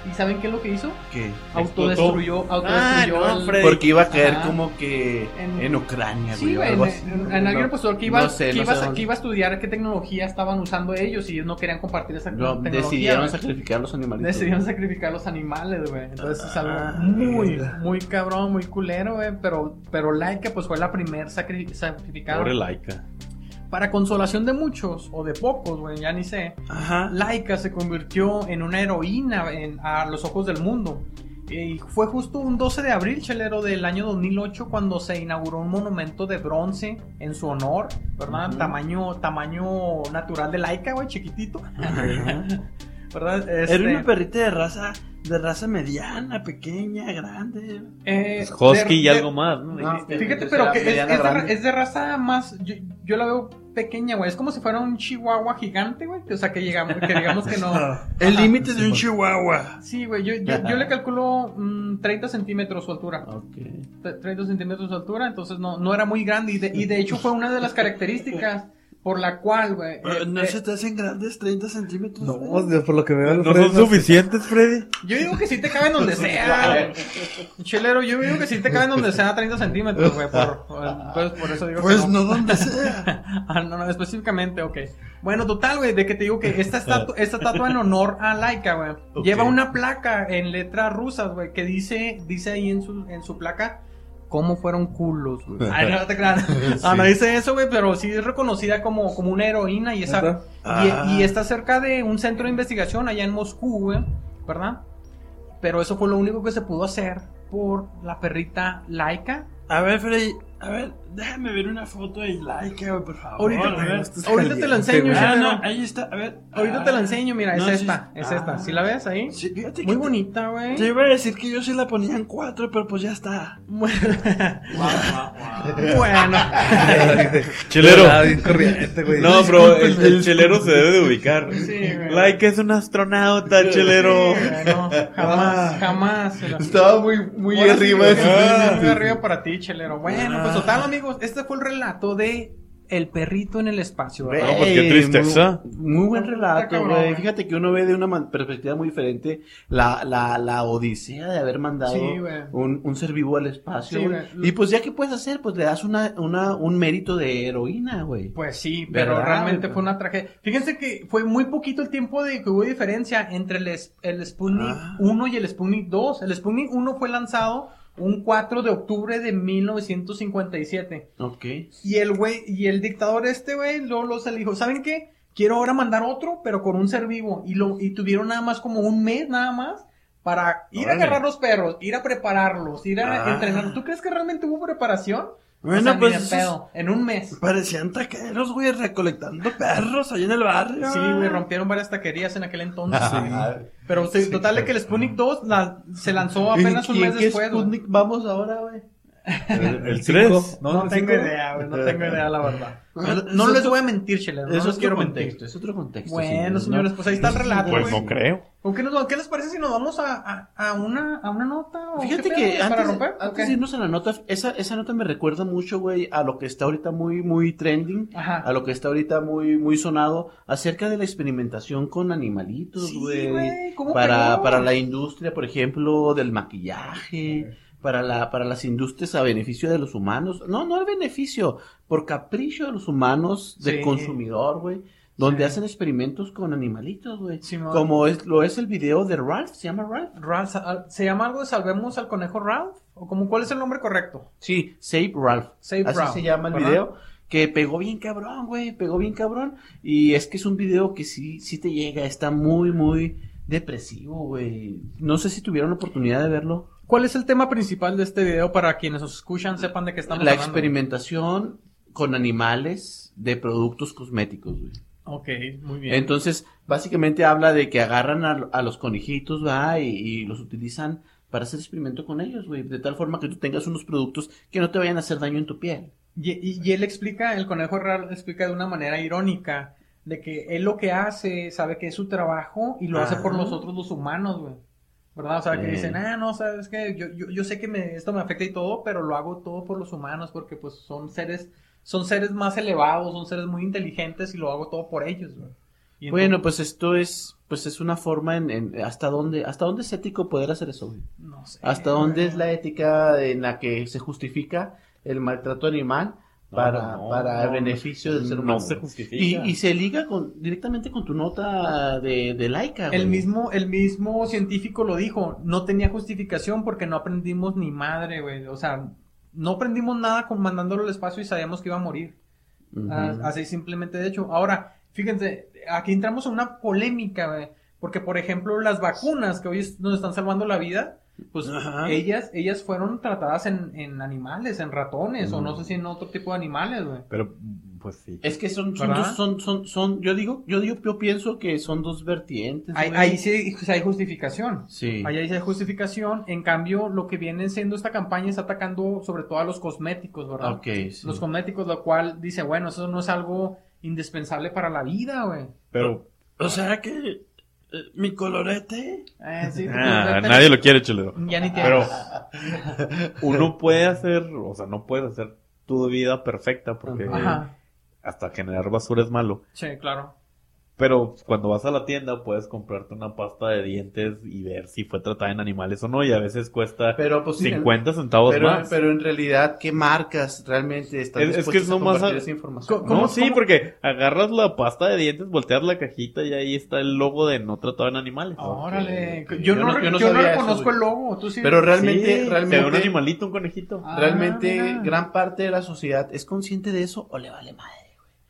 ¿Y saben qué es lo que hizo?
¿Qué?
Autodestruyó, autodestruyó
Ah, no,
el-
Freddy.
Porque iba a caer
Ajá.
como que
En-
en, Ucrania,
Sí,
güey. o
güey,
algo
en,
así.
en- en pues, alguien postuló que iba,
no sé,
que,
no
iba,
sé
a-
dónde.
que iba a estudiar qué tecnología estaban usando ellos y ellos no querían compartir esa
No,
tecnología.
decidieron
güey.
sacrificar los animalitos.
Decidieron sacrificar los animales, güey. Entonces es
Ah,
algo muy,
mierda.
muy cabrón, muy culero, güey. Pero, pero Laika, pues fue la primer sacri- sacrificada.
Pobre laica.
Para consolación de muchos, o de pocos, güey, ya ni sé.
Ajá.
Laika se convirtió en una heroína en- a los ojos del mundo. Y fue justo un 12 de abril, chelero, del año 2008 cuando se inauguró un monumento de bronce en su honor, ¿verdad? Tamaño tamaño natural de Laika, güey, chiquitito. ¿Verdad? Este,
Era una perrita de raza, de raza mediana, pequeña, grande.
eh,
Pues Husky
de-
y
de-
algo más, ¿no?
No.
Fíjate,
Entonces
pero
era
que es,
mediana
es de, ra-
grande.
es de raza más. Yo, yo la veo pequeña, güey. Es como si fuera un chihuahua gigante, güey. O sea, que, llegamos, que digamos que no.
El
ah,
límite de un
pues.
chihuahua.
Sí, güey, yo, yo, yo le calculo mm, 30 centímetros su altura.
Ok.
Tre- 30 centímetros de altura, entonces no, no era muy grande. Y de, y de hecho fue una de las características por la cual, güey. eh,
Pero no
eh,
se te hacen grandes 30 centímetros.
No,
güey.
Dios, por lo que veo,
¿No
Alfredo,
son suficientes, Freddy?
Yo digo que sí te caben donde sea. güey. Chelero, yo digo que sí te caben donde sea 30 centímetros, güey. Por, pues, por eso digo
pues
que
no donde sea.
Ah, no, no, específicamente, ok. Bueno, total, güey, de que te digo que esta estatua, esta estatua en honor a Laika, güey,
Ok.
lleva una placa en letras rusas, güey, que dice, dice ahí en su, en su placa, cómo fueron culos, güey. Ay, no te creas. Ah, no dice eso, güey, pero sí es reconocida como, como una heroína y esa,
¿Neta?
Ah.
y, y está cerca de un centro de investigación allá en Moscú, güey, ¿verdad? Pero eso fue lo único que se pudo hacer por la perrita Laika
A ver, Freddy, a ver, déjame ver una foto de Laika, güey, por favor.
Ahorita,
a ver.
Ahorita te la enseño,
Ah,
Shakira.
no, ahí está, a ver.
Ahorita
Ah,
te la enseño, mira,
No,
es
sí,
esta,
sí.
es
Ah.
esta. ¿Sí la ves ahí?
Sí, fíjate
Muy
que te-
bonita, güey.
Te iba a decir que yo sí la ponía en cuatro, pero pues ya está.
bueno.
Chelero.
Ah, bien corriente, güey.
No, bro, el, el chelero se debe de ubicar.
Sí, güey.
Like es un astronauta, chelero.
Sí, güey, no, jamás, jamás.
Estaba muy, muy
Ahora sí,
arriba.
güey,
de sus
muy
límites.
arriba para ti, chelero. Bueno, pues total, amigos, este fue el relato de El perrito en el espacio. ¿verdad?
No, pues, qué
Ey,
tristeza.
Muy, muy buen
Está
relato,
cabrón,
Ah, güey.
güey.
Fíjate que uno ve de una man- perspectiva muy diferente la, la, la odisea de haber mandado
Sí, güey.
un, un ser vivo al espacio.
Sí,
güey.
güey.
y pues ya que puedes hacer, pues le das una, una, un mérito de heroína, güey.
Pues sí, pero
¿Verdad?
realmente fue una tragedia. Fíjense que fue muy poquito el tiempo de que hubo diferencia entre el, es- el Sputnik 1 y el Sputnik 2. El Sputnik 1 fue lanzado un 4 de octubre de 1957.
Ok.
Y el güey, y el dictador este güey, luego los dijo, ¿saben qué? Quiero ahora mandar otro, pero con un ser vivo. Y lo, y tuvieron nada más como un mes nada más para ir
Órale.
a agarrar los perros, ir a prepararlos, ir a entrenarlos. ¿Tú crees que realmente hubo preparación?
Bueno,
O sea, ni
pues,
de
esos-
pedo, en un mes.
Parecían taqueros, güey, recolectando perros ahí en el barrio.
Sí, güey, rompieron varias taquerías en aquel entonces. Ah. Pero sí, total de que el Sputnik 2 la- se lanzó apenas un
¿Y en
mes
qué
después. güey.
Sputnik vamos ahora, güey?
El
Cinco.
3.
No, tengo idea, güey, no tengo idea, la verdad. No,
Eso-
no
eso-
les voy a mentir, chelero, no
es
les
otro
quiero
contexto,
mentir.
es otro contexto.
Bueno,
sí,
señores, pues ahí está el relato,
Pues
güey.
no creo.
¿Con qué, nos, va- ¿Qué les parece si nos vamos a, a, a una, a una nota? o
¿no?
qué
Fíjate
pedo,
que
güey,
antes,
¿Para romper? ¿o
antes
qué?
de irnos a la nota, esa, esa nota me recuerda mucho, güey, a lo que está ahorita muy, muy trending.
Ajá.
a lo que está ahorita muy, muy sonado acerca de la experimentación con animalitos,
Sí,
pues, güey.
güey, ¿cómo
para,
pegó?
para la industria, por ejemplo, del maquillaje, para, la, para las industrias a beneficio de los humanos. No, no al beneficio, por capricho de los humanos, del
Sí.
consumidor, güey. Donde
Sí.
hacen experimentos con animalitos, güey.
Simón.
Como es, lo es el video de Ralph, se llama Ralph.
Ralph, ¿sal- ¿Se llama algo de Salvemos al Conejo Ralph? ¿O como cuál es el nombre correcto?
Sí, Save Ralph.
Save
Así
Ralph,
se llama el
¿verdad?
video. Que pegó bien cabrón, güey. Pegó bien cabrón. Y es que es un video que sí, sí te llega. Está muy, muy depresivo, güey. No sé si tuvieron la oportunidad de verlo.
¿Cuál es el tema principal de este video para quienes nos escuchan sepan de qué estamos
la
hablando?
experimentación con animales de productos cosméticos, güey.
Ok, muy bien.
Entonces, básicamente habla de que agarran a, a los conejitos, va, y, y los utilizan para hacer experimento con ellos, güey. De tal forma que tú tengas unos productos que no te vayan a hacer daño en tu piel.
Y, y- y él explica, el conejo real explica de una manera irónica, de que él lo que hace, sabe que es su trabajo y lo hace por
Ajá.
nosotros los humanos, güey. ¿Verdad? O sea, que
Sí.
dicen, ah, no, sabes que yo, yo, yo sé que me, esto me afecta y todo, pero lo hago todo por los humanos porque pues son seres, son seres más elevados, son seres muy inteligentes y lo hago todo por ellos, güey. Y
Bueno,
entonces-
pues esto es, pues es una forma en, en- hasta dónde, hasta dónde es ético poder hacer eso. güey.
no sé,
Hasta dónde
güey.
es la ética en la que se justifica el maltrato animal
No,
para,
no,
para
no,
beneficio del ser humano.
No se
güey.
justifica.
y, y se liga con, directamente con tu nota de, de laica.
El
güey.
mismo, el mismo científico lo dijo, no tenía justificación porque no aprendimos ni madre, güey. O sea, no aprendimos nada con mandándolo al espacio y sabíamos que iba a morir.
Ujú.
Ah, Así simplemente de hecho. Ahora, fíjense, aquí entramos en una polémica, güey. Porque, por ejemplo, las vacunas que hoy es- nos están salvando la vida, pues
Ajá.
ellas, ellas fueron tratadas en, en animales, en ratones, o no sé si en otro tipo de animales, güey.
Pero, pues sí.
Es que son, son,
¿Verdad?
dos- son, son, son- yo digo, yo digo, yo pienso que son dos vertientes.
Ahí,
Pues, güey.
ahí sí sí hay justificación.
Sí.
Allá dice justificación, en cambio lo que viene siendo esta campaña está atacando sobre todo a los cosméticos, ¿verdad?
Ok, sí.
Los cosméticos, lo cual dice, bueno, eso no es algo indispensable para la vida, güey.
Pero
O sea que eh, mi colorete.
Eh, sí,
ah,
tú-
nadie lo quiere, chelero.
Ya ni te
Pero uno puede hacer, o sea, no puedes hacer tu vida perfecta
eh,
porque
Ajá,
hasta generar basura es malo.
sí, claro.
Pero cuando vas a la tienda puedes comprarte una pasta de dientes y ver si fue tratada en animales o no. Y a veces cuesta
Pero pues sí,
50 centavos
Pero,
más.
pero en realidad, ¿qué marcas realmente están
Es- es que
dispuestas
es
a
nomás
compartir
a-
esa información?
Co-
no,
co- ¿cómo-
sí,
cómo?
porque agarras la pasta de dientes, volteas la cajita y ahí está el logo de no tratado en animales.
Ah, Órale,
ok.
yo, no,
Yo no-
re-
yo no
yo no
sabía eso,
reconozco
güey.
el logo, tú sí.
Pero realmente,
Sí,
realmente,
se ve un animalito, un conejito.
Ah,
realmente
mira.
gran parte de la sociedad es consciente de eso o le vale madre.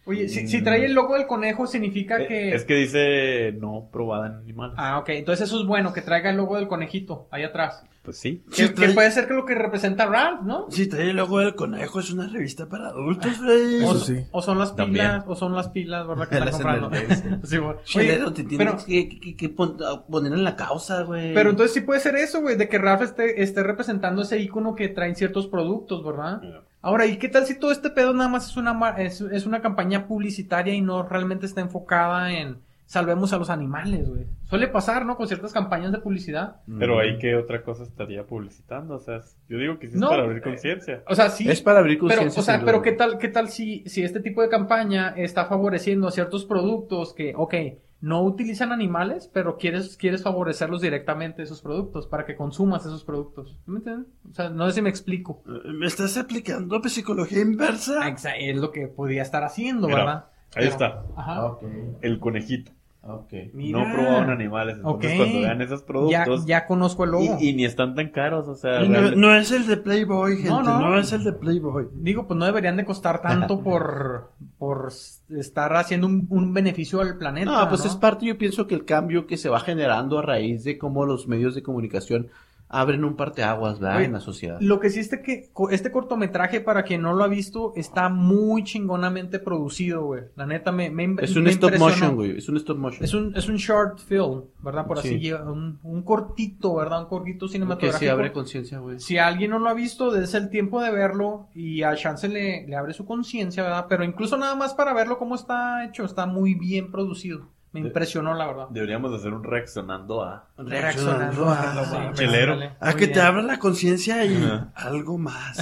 Oye, si, si trae el logo del conejo significa que...
Eh, Es que dice no probada en animales.
Ah, ok, entonces eso es bueno, que traiga el logo del conejito, ahí atrás.
Pues sí.
Que,
Sí,
que
trae-
puede ser que lo que representa Ralph, ¿no?
Si trae el logo del conejo, es una revista para adultos, Freddy.
O,
Eso sí.
o son las pilas,
También.
o son las pilas, ¿verdad? Que
Las
está comprando. Sí, bueno. Oye,
Chilero, te tienes
pero,
que, que- que pon- a poner en la causa, güey.
pero entonces sí puede ser eso, güey, de que Ralph esté, esté representando ese icono que traen ciertos productos, ¿verdad? Ahora, ¿y qué tal si todo este pedo nada más es una, ma- es, es una campaña publicitaria y no realmente está enfocada en salvemos a los animales, güey? Suele pasar, ¿no? Con ciertas campañas de publicidad.
Pero ahí qué otra cosa estaría publicitando, o sea, yo digo que sí es
No,
para abrir
eh,
conciencia.
O sea, sí.
Es para abrir
Pero,
conciencia.
o sea,
sin
pero
duda.
qué tal, qué tal si, si este tipo de campaña está favoreciendo a ciertos productos que, ok, no utilizan animales, pero quieres, quieres favorecerlos directamente esos productos para que consumas esos productos. ¿Me entienden? O sea, no sé si me explico.
Eh, ¿Me estás aplicando psicología inversa?
Exa- Es lo que podía estar haciendo,
Mira,
¿verdad?
Ahí
Pero-
está,
Ah,
Ajá.
ok,
el conejito.
ok.
Mira.
No probaban animales, entonces
Ok.
cuando vean esos
Ya,
productos
ya conozco el logo.
y, y ni están tan caros, o
Ah,
sea,
Y no,
realmente-
no es el de Playboy, gente.
No,
No,
no.
es el de Playboy.
Digo, pues no deberían de costar tanto por, por estar haciendo un, un beneficio al planeta.
Ah,
No, pues
¿no?
es parte, yo pienso que el cambio que se va generando a raíz de cómo los medios de comunicación abren un parteaguas, ¿verdad?
Oye,
en la sociedad.
Lo que sí es que co- este cortometraje, para quien no lo ha visto, está muy chingonamente producido, güey. La neta me, me im-
Es un
me
stop
impresionó.
motion, güey. Es un stop motion.
Es un, es un short film, ¿verdad? Por así,
Sí.
lleva- un, un cortito, ¿verdad? Un cortito
que
cinematográfico.
se abre conciencia, güey.
Si alguien no lo ha visto, desde el tiempo de verlo y a Chance le, le abre su conciencia, ¿verdad? Pero incluso nada más para verlo cómo está hecho, está muy bien producido. Me
De-
impresionó, la verdad.
deberíamos hacer un reaccionando a
Reaccionando.
Ah,
Sí,
mames.
Chelero.
ándale.
A
Muy
que te
bien.
abra la conciencia y
Ajá.
algo más.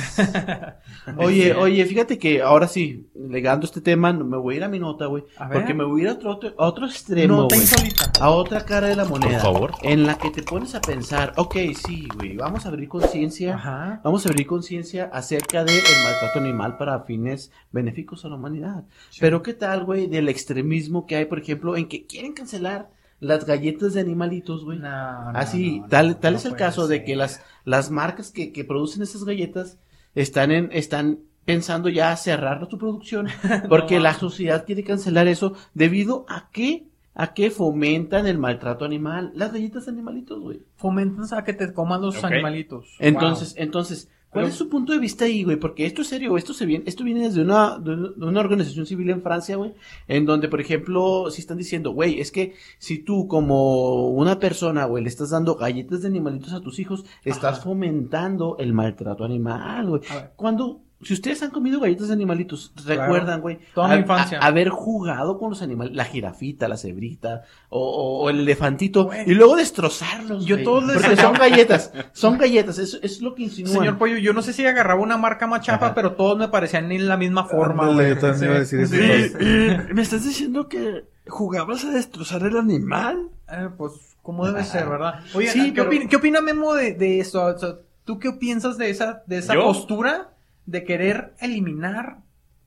Oye, oye, fíjate que ahora sí, legando este tema, no- me voy a ir a mi nota, güey.
A ver.
Porque me voy a ir a otro, otro- a otro extremo,
Nota
güey.
insólita.
A otra cara de la moneda.
favor.
En la que te pones a pensar, ok, sí, güey, vamos a abrir conciencia.
Ajá.
Vamos a abrir conciencia acerca del maltrato animal para fines benéficos a la humanidad. Pero qué tal, güey, del extremismo que hay, por ejemplo, en que quieren cancelar las galletas de animalitos, güey.
No, no,
Así,
no, no,
tal, tal
no
es el
puede
caso de
ser.
que las, las marcas que, que producen esas galletas están en, están pensando ya cerrar su producción porque
No.
la sociedad quiere cancelar eso debido a que, a que fomentan el maltrato animal, las galletas de animalitos, güey.
Fomentas a que te coman los
Ok.
animalitos.
Entonces, entonces, ¿cuál
Pero-
es su punto de vista ahí, güey? Porque esto es serio, esto se viene, esto viene desde una, de una- de una organización civil en Francia, güey, en donde, por ejemplo, si están diciendo, güey, es que si tú como una persona, güey, le estás dando galletas de animalitos a tus hijos, estás
Ajá.
Fomentando el maltrato animal, güey.
A ver.
Cuando, si ustedes han comido galletas de animalitos, recuerdan, güey,
Toda
a-
mi infancia.
a- haber jugado con los animales, la jirafita, la cebrita, o, o- o el elefantito,
Güey.
y luego destrozarlos,
Yo
güey,
todos les-
porque son galletas, son galletas, eso, eso es lo que
Wow.
insinúan.
Señor Pollo, yo no sé si agarraba una marca más chafa,
Ajá.
pero todos me parecían en la misma forma,
Ándale,
güey.
yo también
Sí.
iba a decir eso.
Sí,
Pues-
eh, ¿Me estás diciendo que jugabas a destrozar el animal?
Eh, pues, como debe ser, ¿verdad? Oye,
Sí,
¿qué,
pero-
opina, qué opina Memo de, de eso? O sea, ¿Tú qué piensas de esa, de esa
¿Yo?
postura de querer eliminar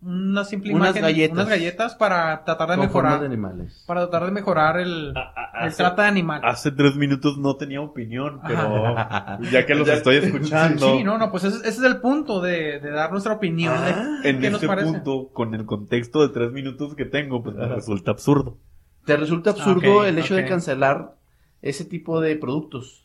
una simple
Unas
imagen,
galletas.
unas galletas para tratar de
Con formas
mejorar,
de animales.
para tratar de mejorar el,
A- a-
el
Ah, hace,
trata de animal?
hace tres minutos no tenía opinión, pero ya que los estoy escuchando,
Sí, no, no, pues ese, ese es el punto de, de dar nuestra opinión. de-
Ah,
en
¿Qué nos
este
parece?
punto, con el contexto de tres minutos que tengo, pues me resulta absurdo.
¿Te resulta absurdo
ok,
el hecho
ok.
de cancelar ese tipo de productos?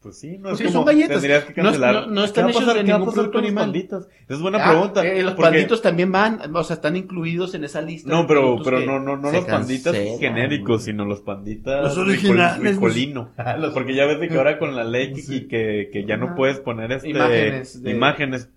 Pues sí, no
Pues
es
sí,
como
son galletas.
tendrías que
No- no-
cancelar.
no están
¿Qué va a
hechos
pasar-
de
qué va a pasar
ningún
con
producto
los
animal?
panditas? Esa es buena
Ah,
pregunta.
eh, los
porque-
panditos también van, o sea, están incluidos en esa lista.
No,
de
pero,
productos
pero
que
no, no, no
se
los panditas
cancelan,
genéricos,
güey. Ah,
sino los panditas
Los
ricol-
originales, pues.
ricolino. Porque ya ves de que ahora con la ley que-
Pues Sí.
que, que ya no
Ajá.
puedes poner este,
Imágenes de-
imágenes.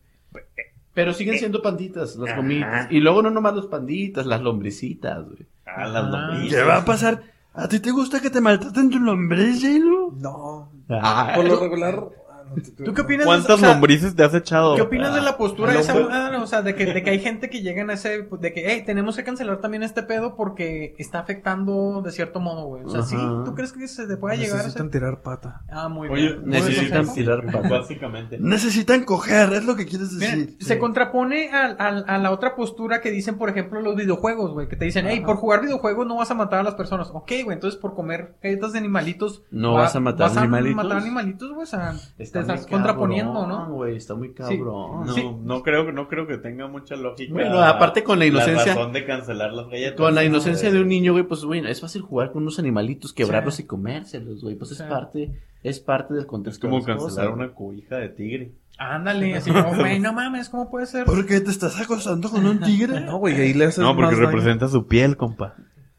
Pero siguen siendo panditas, las
Ajá.
gomitas. Y luego no nomás los panditas, las lombricitas, güey.
Ah, las
Ah.
lombrices.
¿Qué va a pasar? ¿A ti te gusta que te maltraten tu lombriz, J-Lo?
No.
Ah,
Por lo regular. ah, no, te-
¿Tú qué opinas?
¿Cuántas
o sea,
lombrices te has echado?
¿Qué opinas de la postura
Ah,
de esa
loco.
mamada? O sea, de que, de que hay gente que llega a ese... De que, hey, tenemos que cancelar también este pedo porque está afectando de cierto modo, güey. O sea, sí,
Ajá.
¿tú crees que se te pueda llegar a ese-
Necesitan tirar pata.
Ah, muy
Oye,
bien. Muy
necesitan
bien.
tirar patas.
Básicamente.
Necesitan coger, es lo que quieres
Mira,
decir.
se contrapone al- al- a, la otra postura que dicen, por ejemplo, los videojuegos, güey. Que te dicen, hey, por jugar videojuegos no vas a matar a las personas. Ok, güey, entonces por comer galletas de animalitos...
No
va-
vas a matar
vas
animalitos.
matar animalitos, güey. O sea,
Está
estás contraponiendo, ¿no?
güey, está muy cabrón.
No,
Sí.
no creo que no creo que tenga mucha lógica.
Bueno, aparte con la inocencia.
razón de cancelar las galletas.
Con la inocencia
No,
de un niño, güey, pues, güey, es fácil jugar con unos animalitos, quebrarlos y comérselos, güey. Pues
Sí.
es parte, es parte del
Es
contexto.
como
de las cosas,
cancelar
güey.
una cobija de tigre.
Ándale, así como, güey, no mames, ¿cómo puede ser?
¿Por qué te estás acostando con un tigre?
No, güey, ahí le haces
No, porque
más daño.
representa su piel, compa.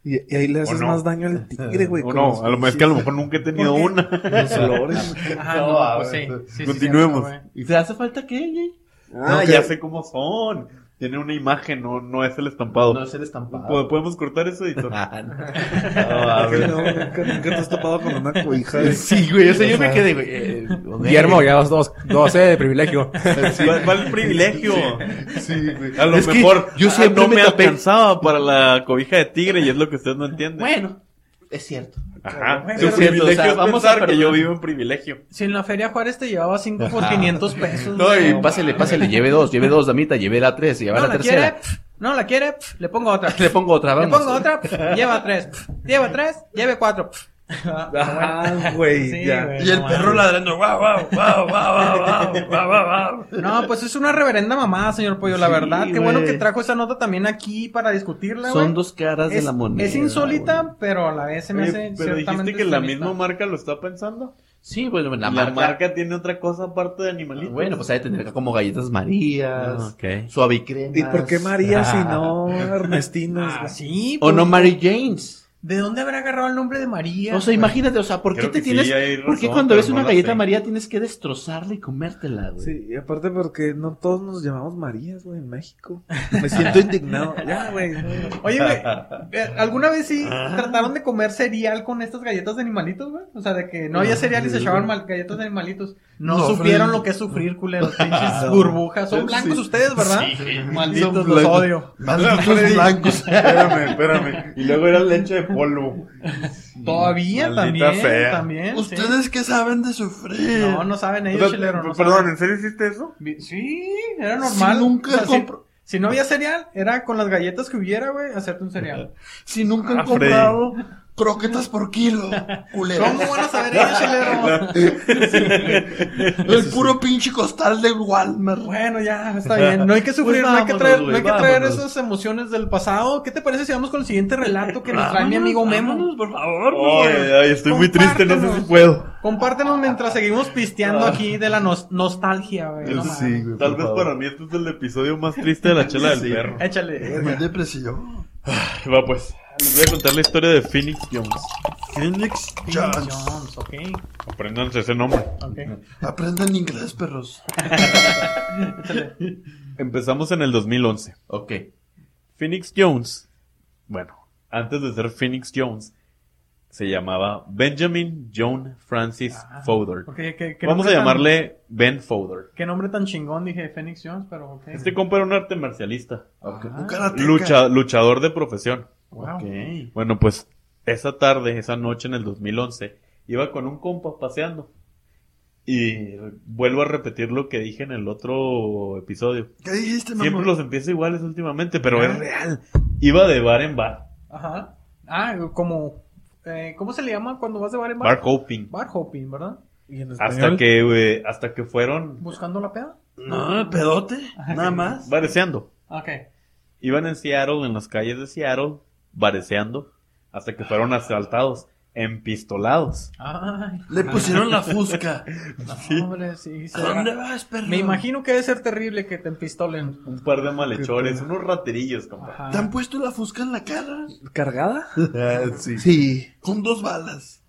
Y, y ahí le haces
no?
más daño al tigre, güey.
O
con
no,
los
a lo mejor es que a lo mejor nunca he tenido
¿Por qué?
una.
pinches- los olores.
Ah,
No,
no,
a
pues sí.
ver,
sí, sí,
continuemos.
cierto, güey.
¿Y te hace falta qué, güey?
Ah,
No,
ya
que-
sé cómo son. Tiene una imagen, no, no es el estampado.
No es el
¿Po-
estampado. Ah,
¿Podemos cortar eso, editor?
Ah, güey, no, nunca, nunca te has tapado con una cobija. de-
Sí, güey, o sea, yo
O sea,
me quedé, güey. eh, güey.
Guillermo, ya dos, dos, dos, eh, de privilegio.
¿Cuál, cuál privilegio?
Sí, güey.
A lo
Es que
mejor
yo
ah,
siempre
no me,
me tapé.
alcanzaba para la cobija de tigre y es lo que ustedes no entienden.
Bueno, es cierto.
Ajá.
Bueno,
Tu
es
cierto,
privilegio
o sea,
es
vamos a
pensar que
perdonar.
yo vivo en privilegio.
Si en la Feria Juárez te llevaba 5 por 500 pesos.
No, y
güey.
pásele, pásele, lleve dos, lleve dos, damita, lleve la tres, lleve
No
la
la quiere,
tercera.
pf, no la quiere, pf, le pongo otra.
Le pongo otra,
Le
vamos.
pongo otra, pf, lleva tres, pf, lleva tres, lleve cuatro. pf.
Ah, güey,
Sí,
ya.
güey,
Y el
no
perro ladrando, guau, guau, guau, guau, guau, guau, guau, guau, guau.
No, pues es una reverenda mamada, señor Pollo, la
Sí,
verdad. Qué
güey.
bueno que trajo esa nota también aquí para discutirla, güey.
Son dos caras de
es,
la moneda.
es insólita,
güey.
pero a la vez se me
Oye,
hace
pero dijiste
ciertamente
que la
extremista.
misma marca lo está pensando.
Sí, bueno,
La,
la
marca...
marca.
tiene otra cosa aparte de animalitos.
Bueno, pues hay que tener como galletas Marías,
Ah, ok.
suave y crema.
¿Y por qué María si no Ernestinos?
Ah,
güey?
sí.
O
pues,
no Mary Janes.
¿De dónde habrá agarrado el nombre de María?
O sea, imagínate, o sea, ¿por qué
Creo
te
que sí,
tienes.
hay
¿Por qué
razón,
cuando
pero
ves
no
una
la
galleta
sé.
María tienes que destrozarla y comértela, güey?
Sí, y aparte porque no todos nos llamamos Marías, güey, en México. Me siento indignado. Ya, güey.
Oye, güey, eh, ¿alguna vez sí trataron de comer cereal con estas galletas de animalitos, güey? O sea, de que no había cereal y se echaban mal- galletas de animalitos. No,
No,
supieron
Freddy.
lo que es sufrir, culeros, pinches burbujas. Son blancos ustedes, ¿verdad? Malditos,
Son
los
blancos.
odio.
Malditos blancos.
espérame, espérame. Y luego era leche de polvo.
Todavía
Maldita
también,
sea.
también. sí.
Ustedes que saben de sufrir.
No, no saben ellos,
O sea,
chilero. No
perdón,
saben.
¿en serio hiciste eso?
Vi- Sí, era normal.
nunca
O sea, si-
compro-
si, no había cereal, era con las galletas que hubiera, güey, hacerte un cereal.
Si nunca han
Ah, Freddy.
comprado.
Croquetas por kilo, culero.
¿Cómo van a saber ellos, chilero?
El puro pinche costal de Walmart.
Bueno, ya, está bien. No hay que sufrir,
Pues
no hay que
vámonos,
traer, no
güey,
hay que traer
vámonos.
esas emociones del pasado. ¿Qué te parece si vamos con el siguiente relato que nos trae mi amigo Memo?
Por favor,
Ay, ay, estoy muy triste, no sé si
Compártenos.
puedo.
Compártenos mientras seguimos pisteando aquí de la nos- nostalgia, güey. no mames.
güey.
Tal vez para mí este es el episodio más triste de la chela del perro.
Échale.
Me depresió.
Va pues, les voy a contar la historia de Phoenix Jones.
Phoenix
Jones,
Jones.
ok,
Apréndanse ese nombre.
ok.
Aprendan inglés, perros.
Empezamos en el 2011.
Ok.
Phoenix Jones, bueno, antes de ser Phoenix Jones, se llamaba Benjamin John Francis Fowder.
Ok, ¿qué- qué
Vamos a
nombre tan-
llamarle Ben Fowder.
Qué nombre tan chingón, dije, Phoenix Jones, pero ok.
Este compa era un arte marcialista,
Ah.
Un karateca.
lucha- luchador de profesión.
Wow.
Bueno, pues esa tarde, esa noche en el 2011, iba con un compa paseando. Y vuelvo a repetir lo que dije en el otro episodio.
¿Qué dijiste, mamá?
Siempre los empiezo iguales últimamente, pero es real. Iba de bar en bar.
Ajá. Ah, como... eh, ¿Cómo se le llama cuando vas de bar en bar?
Bar hopping.
Bar hopping, ¿verdad?
¿Y en
Hasta
español?
que, eh, hasta que fueron
Buscando la peda.
No, pedote. Nada más.
bareceando.
Ok.
Iban en Seattle, en las calles de Seattle, bareceando, hasta que fueron asaltados, empistolados.
Ay,
Le pusieron la fusca.
no,
Sí.
hombre, sí.
¿A
se-
dónde vas, perro?
Me imagino que debe ser terrible que te empistolen.
Un par de malhechores, unos raterillos, compa.
Ajá.
¿Te han puesto la fusca en la cara?
¿Cargada? Ah,
sí.
Sí. Con dos balas.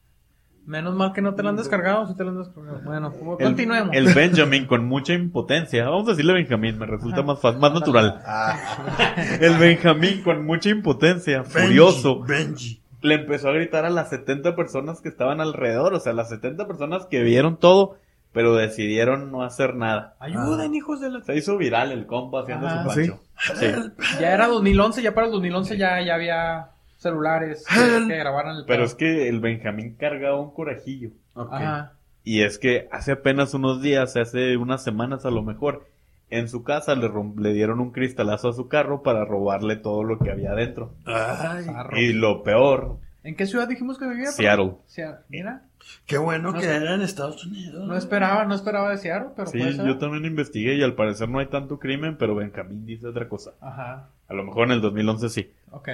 Menos mal que no te la han descargado, si te la han descargado. Bueno, pues,
El-
continuemos.
El Benjamin con mucha impotencia. Vamos a decirle Benjamín, me resulta más fácil, más natural.
Ah.
El Benjamín con mucha impotencia, furioso,
Benji.
le empezó a gritar a las 70 personas que estaban alrededor, o sea, las 70 personas que vieron todo, pero decidieron no hacer nada.
Ayuden, hijos de la...
Se hizo viral el compa haciendo
Ajá.
su pancho. Sí.
Ya era 2011, ya para el 2011 ya, ya había celulares que, que grabaran el
Ah. Pero
pedo.
es que el Benjamín cargaba un corajillo.
Ajá.
Y es que hace apenas unos días, hace unas semanas a lo mejor, en su casa le, rom- le dieron un cristalazo a su carro para robarle todo lo que había adentro.
Ay.
Zarro.
Y lo peor
¿En qué ciudad dijimos que vivía?
Seattle.
Sea- Mira,
Qué bueno
No
que
sé.
era en Estados Unidos.
no esperaba, no esperaba de Seattle, pero
Sí,
puede ser.
yo también investigué y al parecer no hay tanto crimen, pero Benjamín dice otra cosa.
Ajá,
A lo mejor en el 2011 sí.
ok.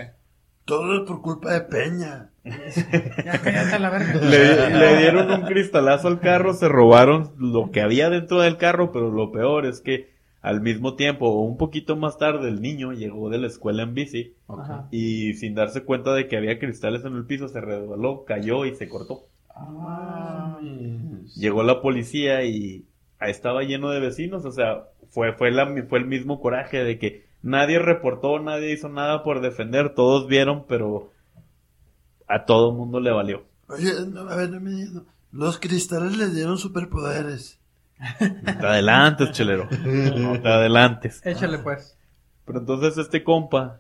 Todo es por culpa de Peña.
Ya cállate a la verga.
Le, le dieron un cristalazo al carro, se robaron lo que había dentro del carro, pero lo peor es que al mismo tiempo o un poquito más tarde el niño llegó de la escuela en bici
Ajá.
y sin darse cuenta de que había cristales en el piso se resbaló, cayó y se cortó.
Ah,
Llegó la policía y estaba lleno de vecinos, o sea, fue, fue, la, fue el mismo coraje de que nadie reportó, nadie hizo nada por defender, todos vieron, pero a todo mundo le valió.
Oye, no, a ver, no me digas, no. Los cristales les dieron superpoderes.
Te adelantes, chelero. No te adelantes.
échale pues.
Pero entonces este compa,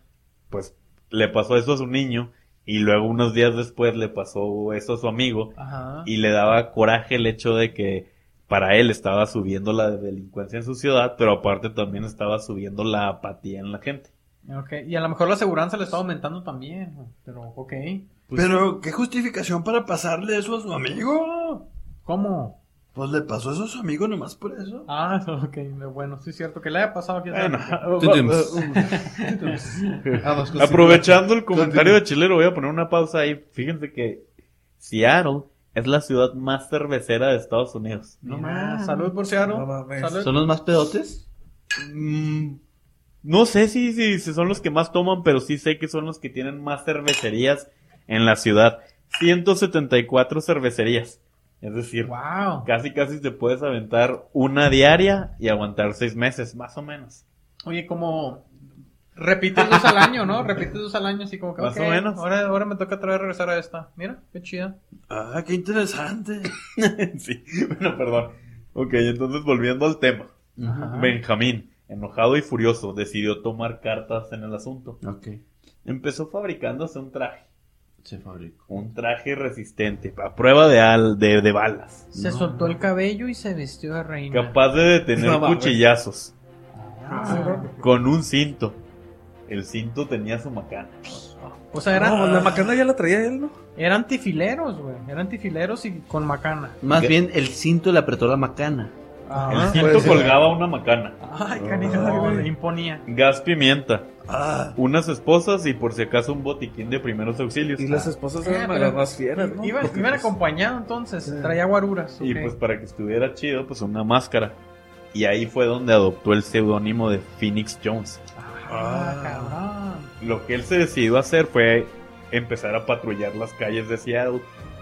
pues le pasó eso a su niño y luego unos días después le pasó eso a su amigo
Ajá.
y le daba coraje el hecho de que para él estaba subiendo la delincuencia en su ciudad, pero aparte también estaba subiendo la apatía en la gente.
Ok, y a lo mejor la aseguranza le está aumentando también, güey, pero ok.
Pero, ¿qué justificación para pasarle eso a su amigo?
¿Cómo?
Pues le pasó eso a su amigo nomás por eso.
Ah, ok, bueno, sí es cierto, que le haya pasado aquí.
Bueno,
Vamos,
Pues
con-
aprovechando el comentario de Chilero, voy a poner una pausa ahí. Fíjense que Seattle es la ciudad más cervecera de Estados Unidos.
No mames. Salud por Seattle.
No mames.
Salud.
¿Son los más pedotes?
Mm, no sé si, si, si son los que más toman, pero sí sé que son los que tienen más cervecerías en la ciudad. 174 cervecerías. Es decir,
Wow.
casi casi te puedes aventar una diaria y aguantar seis meses, más o menos.
Oye, como repites dos al año, ¿no? Repites dos al año, así como que.
Más o
ok,
menos.
Ahora, ahora me toca otra vez regresar a esta. Mira, qué chida.
Ah, qué interesante.
sí, bueno, perdón. Ok, entonces volviendo al tema. Benjamín, enojado y furioso, decidió tomar cartas en el asunto.
Ok.
Empezó fabricándose un traje.
Se fabricó.
Un traje resistente, a prueba de, al, de, de balas.
Se
No.
soltó el cabello y se vistió de reina.
capaz de detener
No mames.
cuchillazos
Ah.
con un cinto. El cinto tenía su macana.
O sea, eran,
No, la macana ya la traía él, ¿no?
eran tifileros, güey. Eran tifileros y con macana.
Más
¿Qué?
bien el cinto le apretó la macana.
El
Ah,
cinto colgaba una macana.
Ay, canijo, güey, imponía.
Gas pimienta,
Ah,
unas esposas y por si acaso un botiquín de primeros auxilios.
Y las esposas
Ah,
eran
pero-
las más fieras, ¿no?
Iban, iban acompañado entonces,
Sí.
traía guaruras.
Y
ok.
pues para que estuviera chido, pues una máscara. Y ahí fue donde adoptó el seudónimo de Phoenix Jones.
Ah, cabrón.
Lo que él se decidió a hacer fue empezar a patrullar las calles de Seattle,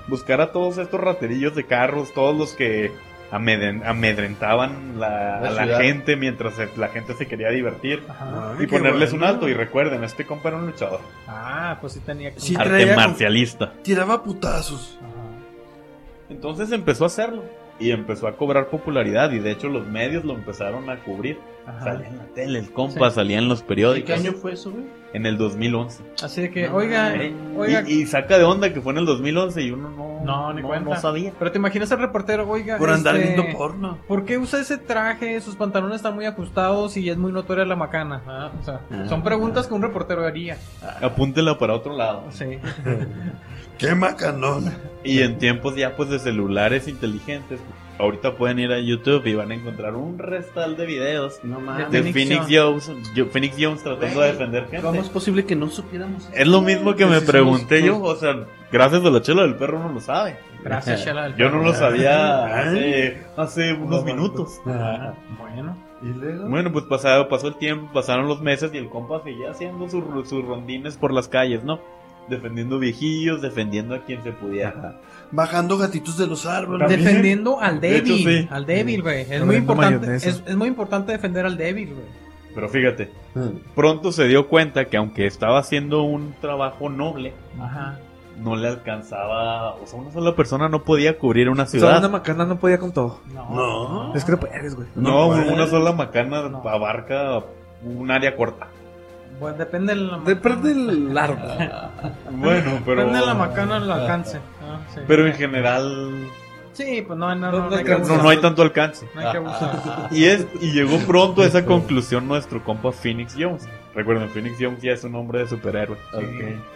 buscar a todos estos raterillos de carros, todos los que ameden- amedrentaban la,
La
a la
ciudad.
gente mientras se- la gente se quería divertir.
Ajá.
Ay,
Y
qué
ponerles
bueno.
un alto, y recuerden, este compa era un luchador.
Ah, pues sí tenía que.
Sí,
Ajá.
Arte
traía con-
marcialista.
Tiraba putazos.
Entonces empezó a hacerlo. Y empezó a cobrar popularidad. Y de hecho los medios lo empezaron a cubrir.
Ajá.
Salía en la tele, el compa,
Sí.
salía en los
¿De
periódicos.
qué año fue eso, güey?
En el 2011.
Así de que, oiga,
Eh,
oiga.
Y, y saca de onda que fue en el 2011 y uno no,
No, ni cuenta.
sabía.
Pero te imaginas al reportero, oiga.
Por andar
este,
viendo porno.
¿Por qué usa ese traje? Sus pantalones están muy ajustados y es muy notoria la macana. Ah, o sea,
Ah.
son preguntas que un reportero haría.
Apúntela para otro lado.
Sí.
Qué macanón.
Y en tiempos ya pues de celulares inteligentes. Ahorita pueden ir a YouTube y van a encontrar un restal de videos
No
de
Phoenix
Phoenix Jones, yo- Phoenix Jones tratando de defender gente.
¿Cómo es posible que no supiéramos?
Es lo mismo que me
Entonces,
pregunté
somos-
yo, o sea, gracias a la chela del perro uno lo sabe.
Gracias, Shela. del
Yo no lo
Perro.
sabía hace, hace unos minutos.
Ah, Bueno.
Y luego-
Bueno, pues pasado, pasó el tiempo, pasaron los meses y el compa seguía haciendo sus ru- sus rondines por las calles, ¿no? Defendiendo viejillos, defendiendo a quien se pudiera.
Bajando gatitos de los árboles.
También.
Defendiendo al
De hecho,
débil.
sí.
Al débil, güey. Es,
Comiendo
muy importante-
mayonesa.
es, es muy importante defender al débil, güey.
Pero fíjate, pronto se dio cuenta que aunque estaba haciendo un trabajo noble,
Ajá.
no le alcanzaba, o sea, una sola persona no podía cubrir una
O sea,
ciudad.
una macana no podía con todo.
No.
No.
Es que no puedes, güey.
No,
No,
una sola macana
No.
abarca un área corta.
Bueno, Pues depende de la
Depende del largo.
Bueno, pero.
Depende de la macana el alcance. Ah, sí.
Pero en general,
Sí, pues no, no,
No,
no,
no
hay que
creo-
No,
abusar.
no hay tanto alcance.
No hay que abusar.
Y, es, y llegó pronto a esa conclusión nuestro compa Phoenix Jones. Recuerden, Phoenix Jones ya es un hombre de superhéroe.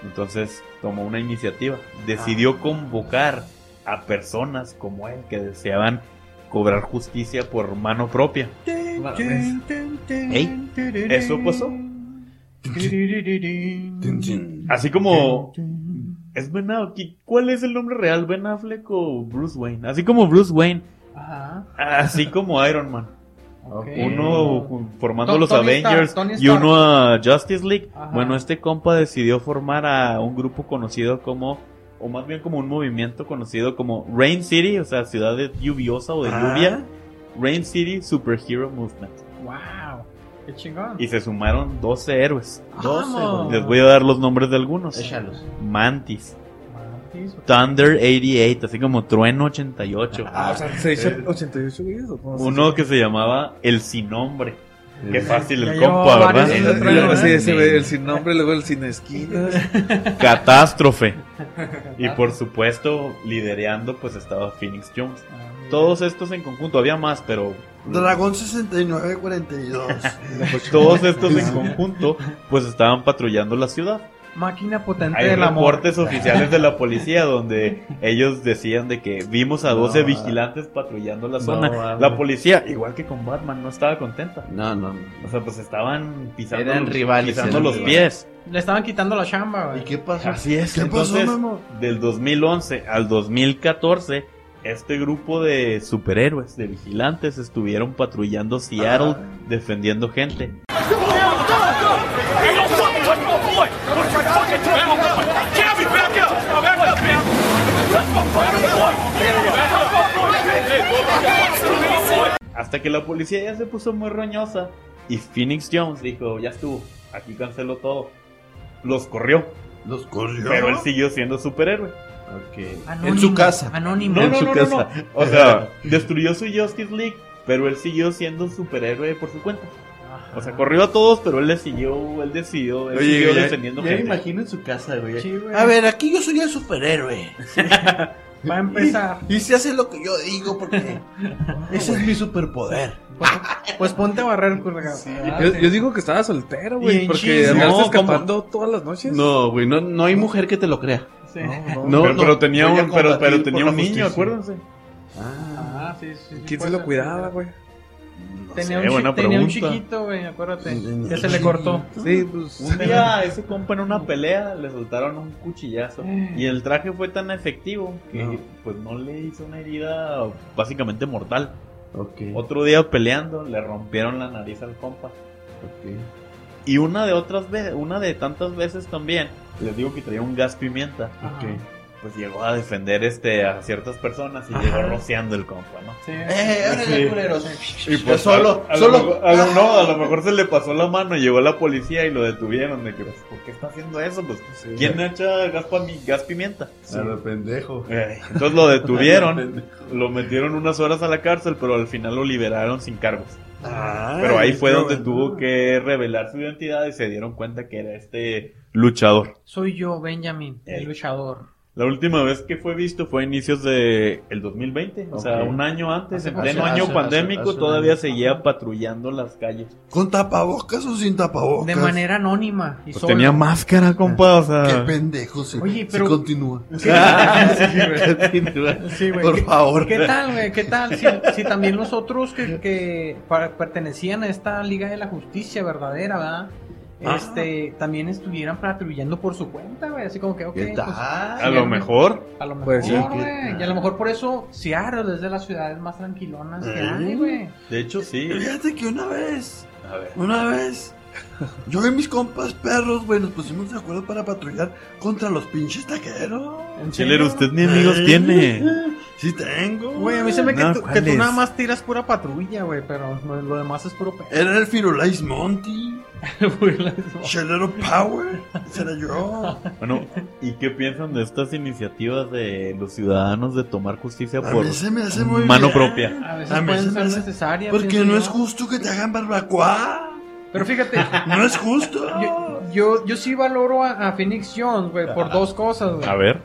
Entonces tomó una iniciativa. Decidió convocar a personas como él que deseaban cobrar justicia por mano propia. Ey, Eso pasó. Así como... Es Ben Affleck. ¿Cuál es el nombre real? ¿Ben Affleck o Bruce Wayne? Así como Bruce Wayne,
Ajá.
así como Iron Man.
ok.
Uno formando
To-
los
Eh, Tony Stark,
Avengers
Tony
y
Stark.
uno a Justice League.
Ajá.
Bueno, este compa decidió formar a un grupo conocido como, o más bien como un movimiento conocido como Rain City, o sea, ciudad de lluviosa o de lluvia. Rain City Superhero Movement.
Wow. Qué chingón.
Y se sumaron 12 héroes.
Vamos.
Les voy a dar los nombres de algunos.
Échalos.
Mantis,
Mantis, ok.
Thunder 88, así como Trueno 88.
Ah, o sea, se echa
Eh.
88 güeyes o cómo se
Uno
echa?
que se llamaba El Sin Nombre. Qué fácil
Ya
el
llevaba
compa,
varios
Sí,
de
¿verdad?
Trueno,
luego,
¿eh?
sí, ese güey, el sin nombre, luego el sin esquinas.
Catástrofe. Y por supuesto, lidereando, pues estaba Phoenix Jones.
Ah, mira.
Todos estos en conjunto, había más, pero
Dragón 6942.
todos estos en conjunto, pues estaban patrullando la ciudad.
Máquina potente
Hay
del amor.
reportes oficiales de la policía donde ellos decían de que vimos a 12 vigilantes patrullando la zona. la policía, igual que con Batman, no estaba contenta.
No, no. no.
O sea, pues estaban pisando,
Eran
los-
rivales,
pisando
eran
los
rivales.
pies.
Le estaban quitando la chamba, güey.
qué pasó?
Así es.
¿Qué pasó,
Entonces,
Memo?
del 2011 al 2014, este grupo de superhéroes, de vigilantes, estuvieron patrullando Seattle
Ah.
defendiendo gente. Hasta que la policía ya se puso muy roñosa y Phoenix Jones dijo, ya estuvo, aquí canceló todo. Los corrió,
Los corrió.
pero él siguió siendo superhéroe.
Anónimo,
En su casa.
Anónimo.
No,
en
no,
su
no, no,
casa.
no. O sea, destruyó su Justice League, pero él siguió siendo superhéroe por su cuenta.
Ajá.
O sea, corrió a todos, pero él le siguió, él decidió, él
Oye,
siguió
ya-
defendiendo
Ya me
gente.
imagino en su casa, güey.
Sí, güey.
A ver, aquí yo soy el superhéroe.
Va a empezar.
Y se hace lo que yo digo porque ese es mi superpoder.
Pues, pues ponte a barrer, Ah, culga.
Yo, yo digo que estaba soltero,
Y
güey,
en
porque
chismes.
andaste
No, ¿cómo?
escapando todas las noches.
No, güey, no, no hay mujer que te lo crea.
Sí.
no.
No,
pero,
no,
pero tenía
voy a
un, pero,
combatir
pero
por
tenía
la
un niño,
justicia.
acuérdense.
Ah,
Ah, sí, sí, sí,
¿Quién se
puede
lo
ser.
cuidaba, güey?
Ah.
No
Tenía,
sé,
un, chi-
buena
tenía un
pregunta.
chiquito, güey, acuérdate. Que se le cortó.
Sí, pues.
Un día a ese compa en una pelea le soltaron un cuchillazo y el traje fue tan efectivo que
No.
pues no le hizo una herida básicamente mortal.
ok.
Otro día peleando le rompieron la nariz al compa. Y una de otras veces, una de tantas veces también, les digo que traía un gas pimienta,
Ajá.
pues llegó a defender este a ciertas personas y llegó rociando el compa, ¿no?
Sí.
Eh, órale,
Sí.
culeros.
Y pues
solo,
a, a
solo.
Lo, mejor- a lo- no, a lo mejor se le pasó la mano y llegó la policía y lo detuvieron de que pues, ¿por qué está haciendo eso? Pues ¿quién echa gas, pami- gas pimienta?
A lo pendejo.
Eh, Entonces lo detuvieron, lo metieron unas horas a la cárcel, pero al final lo liberaron sin cargos. Pero ahí fue donde tuvo que revelar su identidad y se dieron cuenta que era este luchador.
Soy yo, Benjamin,
Ey.
el luchador.
La última vez que fue visto fue a inicios de el 2020, o sea,
Ok.
un año antes,
Hace-
en pleno
hace-
año
hace-
pandémico,
hace- hace un
todavía
año.
seguía patrullando las calles.
¿Con tapabocas o sin tapabocas?
De manera anónima y
Pues
solo.
tenía máscara, compa, o sea.
Qué pendejo, sí.
Oye,
Sí,
pero-
continúa.
Sí, güey.
Por
¿Qué-
favor.
¿Qué tal, güey? ¿Qué tal? Si, si también los otros que, que par- pertenecían a esta Liga de la Justicia verdadera, ¿verdad? Este, también estuvieran patrullando por su cuenta, güey. Así como que, ok,
¿Qué
pues,
tal?
A lo mejor.
a lo mejor,
Pues sí.
güey. Y a lo mejor por eso Seattle es de las ciudades más tranquilonas
¿Eh?
que hay, güey.
De hecho, sí.
Fíjate que una vez,
A ver.
una vez, yo y mis compas perros, güey, nos pusimos de acuerdo para patrullar contra los pinches taqueros.
Chilero,
serio?
usted ni amigos tiene.
Sí tengo.
Güey, a mí se me que,
No,
tú, que
¿cuál
tú
es?
nada más tiras pura patrulla, güey, pero lo lo demás es puro pedo.
Era el Firulais Monty,
güey, la-
Chelero Power, será yo.
Bueno, ¿y qué piensan de estas iniciativas de los ciudadanos de tomar justicia
A
por
mí se me hace muy
mano
bien,
propia?
A veces
A mí se
pueden
me
ser
hace-
necesarias.
Porque
pienso
no
yo.
es justo que te hagan barbacoa.
Pero fíjate,
No es justo.
yo, yo, yo sí valoro a, a Phoenix Jones, güey, por dos cosas, güey.
A ver.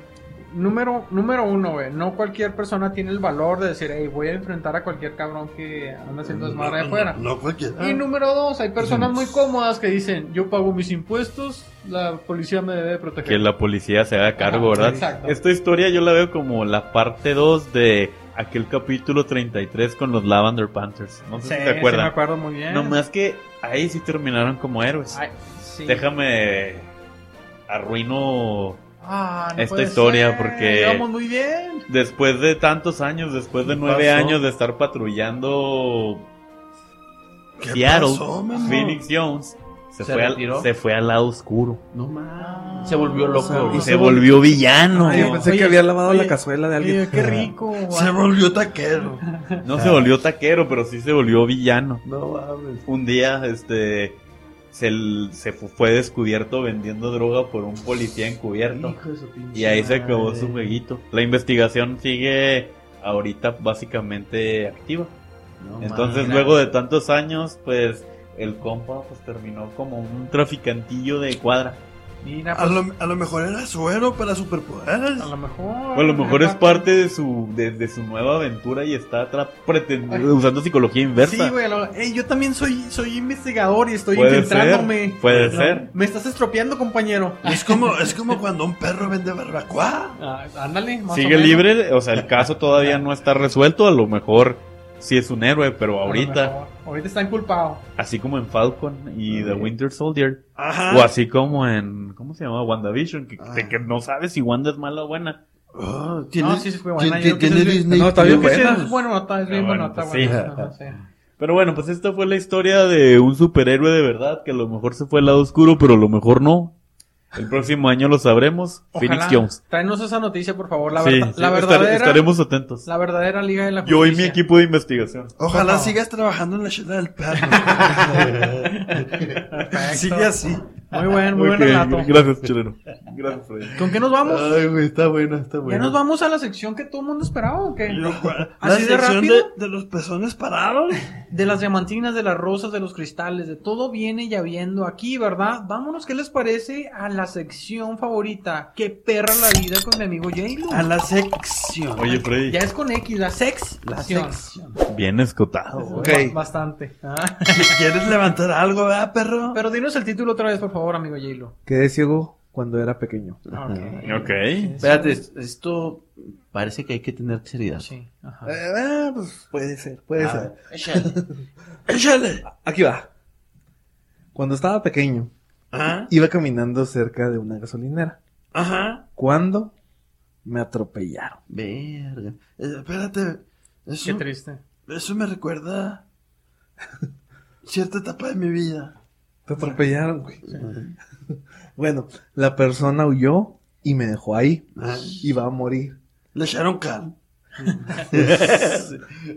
número, número uno, güey. No cualquier persona tiene el valor de decir, hey, voy a enfrentar a cualquier cabrón que anda haciendo desmadre de afuera.
No cualquiera.
Y número dos, hay personas muy cómodas que dicen, yo pago mis impuestos, la policía me debe proteger.
Que la policía se haga cargo,
Ajá,
¿verdad?
exacto.
Esta historia yo la veo como la parte 2 de aquel capítulo 33 con los Lavender Panthers. No sé
Sí,
si
sí
te
me
acuerdan.
acuerdo muy bien.
Nomás que ahí sí terminaron como héroes.
Ay, sí.
Déjame arruino
Ah, no
esta
puede
historia
ser,
porque-
Íbamos muy bien.
después de tantos años, después de
¿Qué
nueve
pasó?
años de estar patrullando
¿Qué
Seattle,
pasó, mano?
Phoenix Jones, se,
¿Se
fue
retiró?
al, se fue al lado oscuro
No mames. Se
Ah,
volvió loco.
y
Y
se
se
volvió villano.
Ay, yo pensé
Oye,
que había lavado
oye,
la cazuela de alguien.
Oye, qué rico. güey.
Se volvió taquero.
No
Ah.
se volvió taquero, pero sí se volvió villano.
No mames.
Un día, este, se, l- se fu- fue descubierto vendiendo droga por un policía encubierto. Y ahí se acabó su jueguito. La investigación sigue ahorita básicamente activa. Entonces, luego de tantos años, pues el compa pues terminó como un traficantillo de cuadra.
Mira,
A
pues,
lo, a lo mejor era suero para superpoderes.
a lo mejor.
O a lo mejor es parte de su de, de su nueva aventura y está tra- pretendiendo usando psicología inversa.
Sí, güey. a lo- Ey, yo también soy, soy investigador y estoy
Puede
infiltrándome.
ser, puede
No,
ser.
Me estás estropeando, compañero.
Es como, es como cuando un perro vende barbacoa.
Ah, ándale, más o
Sigue
menos.
libre, o sea, el caso todavía no está resuelto, a lo mejor sí es un héroe, pero
A lo
ahorita,
mejor. Ahorita está inculpado.
así como en Falcon y The
Ok.
Winter Soldier,
Ah.
o
Ajá.
así como en, ¿cómo se llama? WandaVision, que, te- que no sabes si Wanda es mala o buena.
Oh,
No,
¿Tienes,
sí, sí fue
tien-
buena.
tien-
yo que
tiene
sí-
Disney
No, está bien
yo que sí,
buena.
es bueno, está es bien
Ah,
bueno,
bueno,
está
pues sí.
bueno. Ajá, sí.
Pero bueno, pues esta fue la historia de un superhéroe de verdad, que a lo mejor se fue al lado oscuro, pero a lo mejor no. El próximo año lo sabremos. Phoenix
Ojalá.
Jones.
Tráenos esa noticia, por favor. La,
Sí,
verdad-
sí,
la
estar-
verdadera.
estaremos atentos.
La verdadera Liga de la
Yo
Justicia.
y mi equipo de investigación.
Ojalá
Por favor.
sigas trabajando en la chela del perro.
Perfecto.
Sigue así.
Muy buen, muy
Ok,
buen relato.
Gracias, chileno. Gracias, Freddy.
¿Con qué nos vamos?
Ay, güey, está buena, está
¿Ya
buena.
nos vamos a la sección que todo el mundo esperaba o qué?
La
¿Así de
sección
rápido?
de, de los pezones parados.
De las diamantinas, de las rosas, de los cristales, de todo viene ya viendo aquí, ¿verdad? Vámonos, ¿qué les parece a la sección favorita? Que perra la vida con mi amigo Jaylo.
A la sección.
Oye, Freddy.
Ya es con X, la sex.
La
sección.
Bien escotado. güey.
Ok.
Ba- Bastante. Ah.
Si quieres levantar algo, ¿verdad, perro?
Pero dinos el título otra vez, por favor, amigo Jaylo.
Quedé ciego cuando era pequeño.
Ok.
Ok.
Espérate, esto parece que hay que tener seriedad.
Sí, ajá.
Eh, pues puede ser, puede ser.
¡Échale!
Aquí va. Cuando estaba pequeño,
Ajá,
iba caminando cerca de una gasolinera.
ajá.
Cuando me atropellaron.
Verga.
Eh, espérate. Eso,
Qué triste.
eso me recuerda cierta etapa de mi vida.
Te atropellaron, güey. bueno, la persona huyó y me dejó ahí.
Ah.
Iba a morir.
Le echaron cal.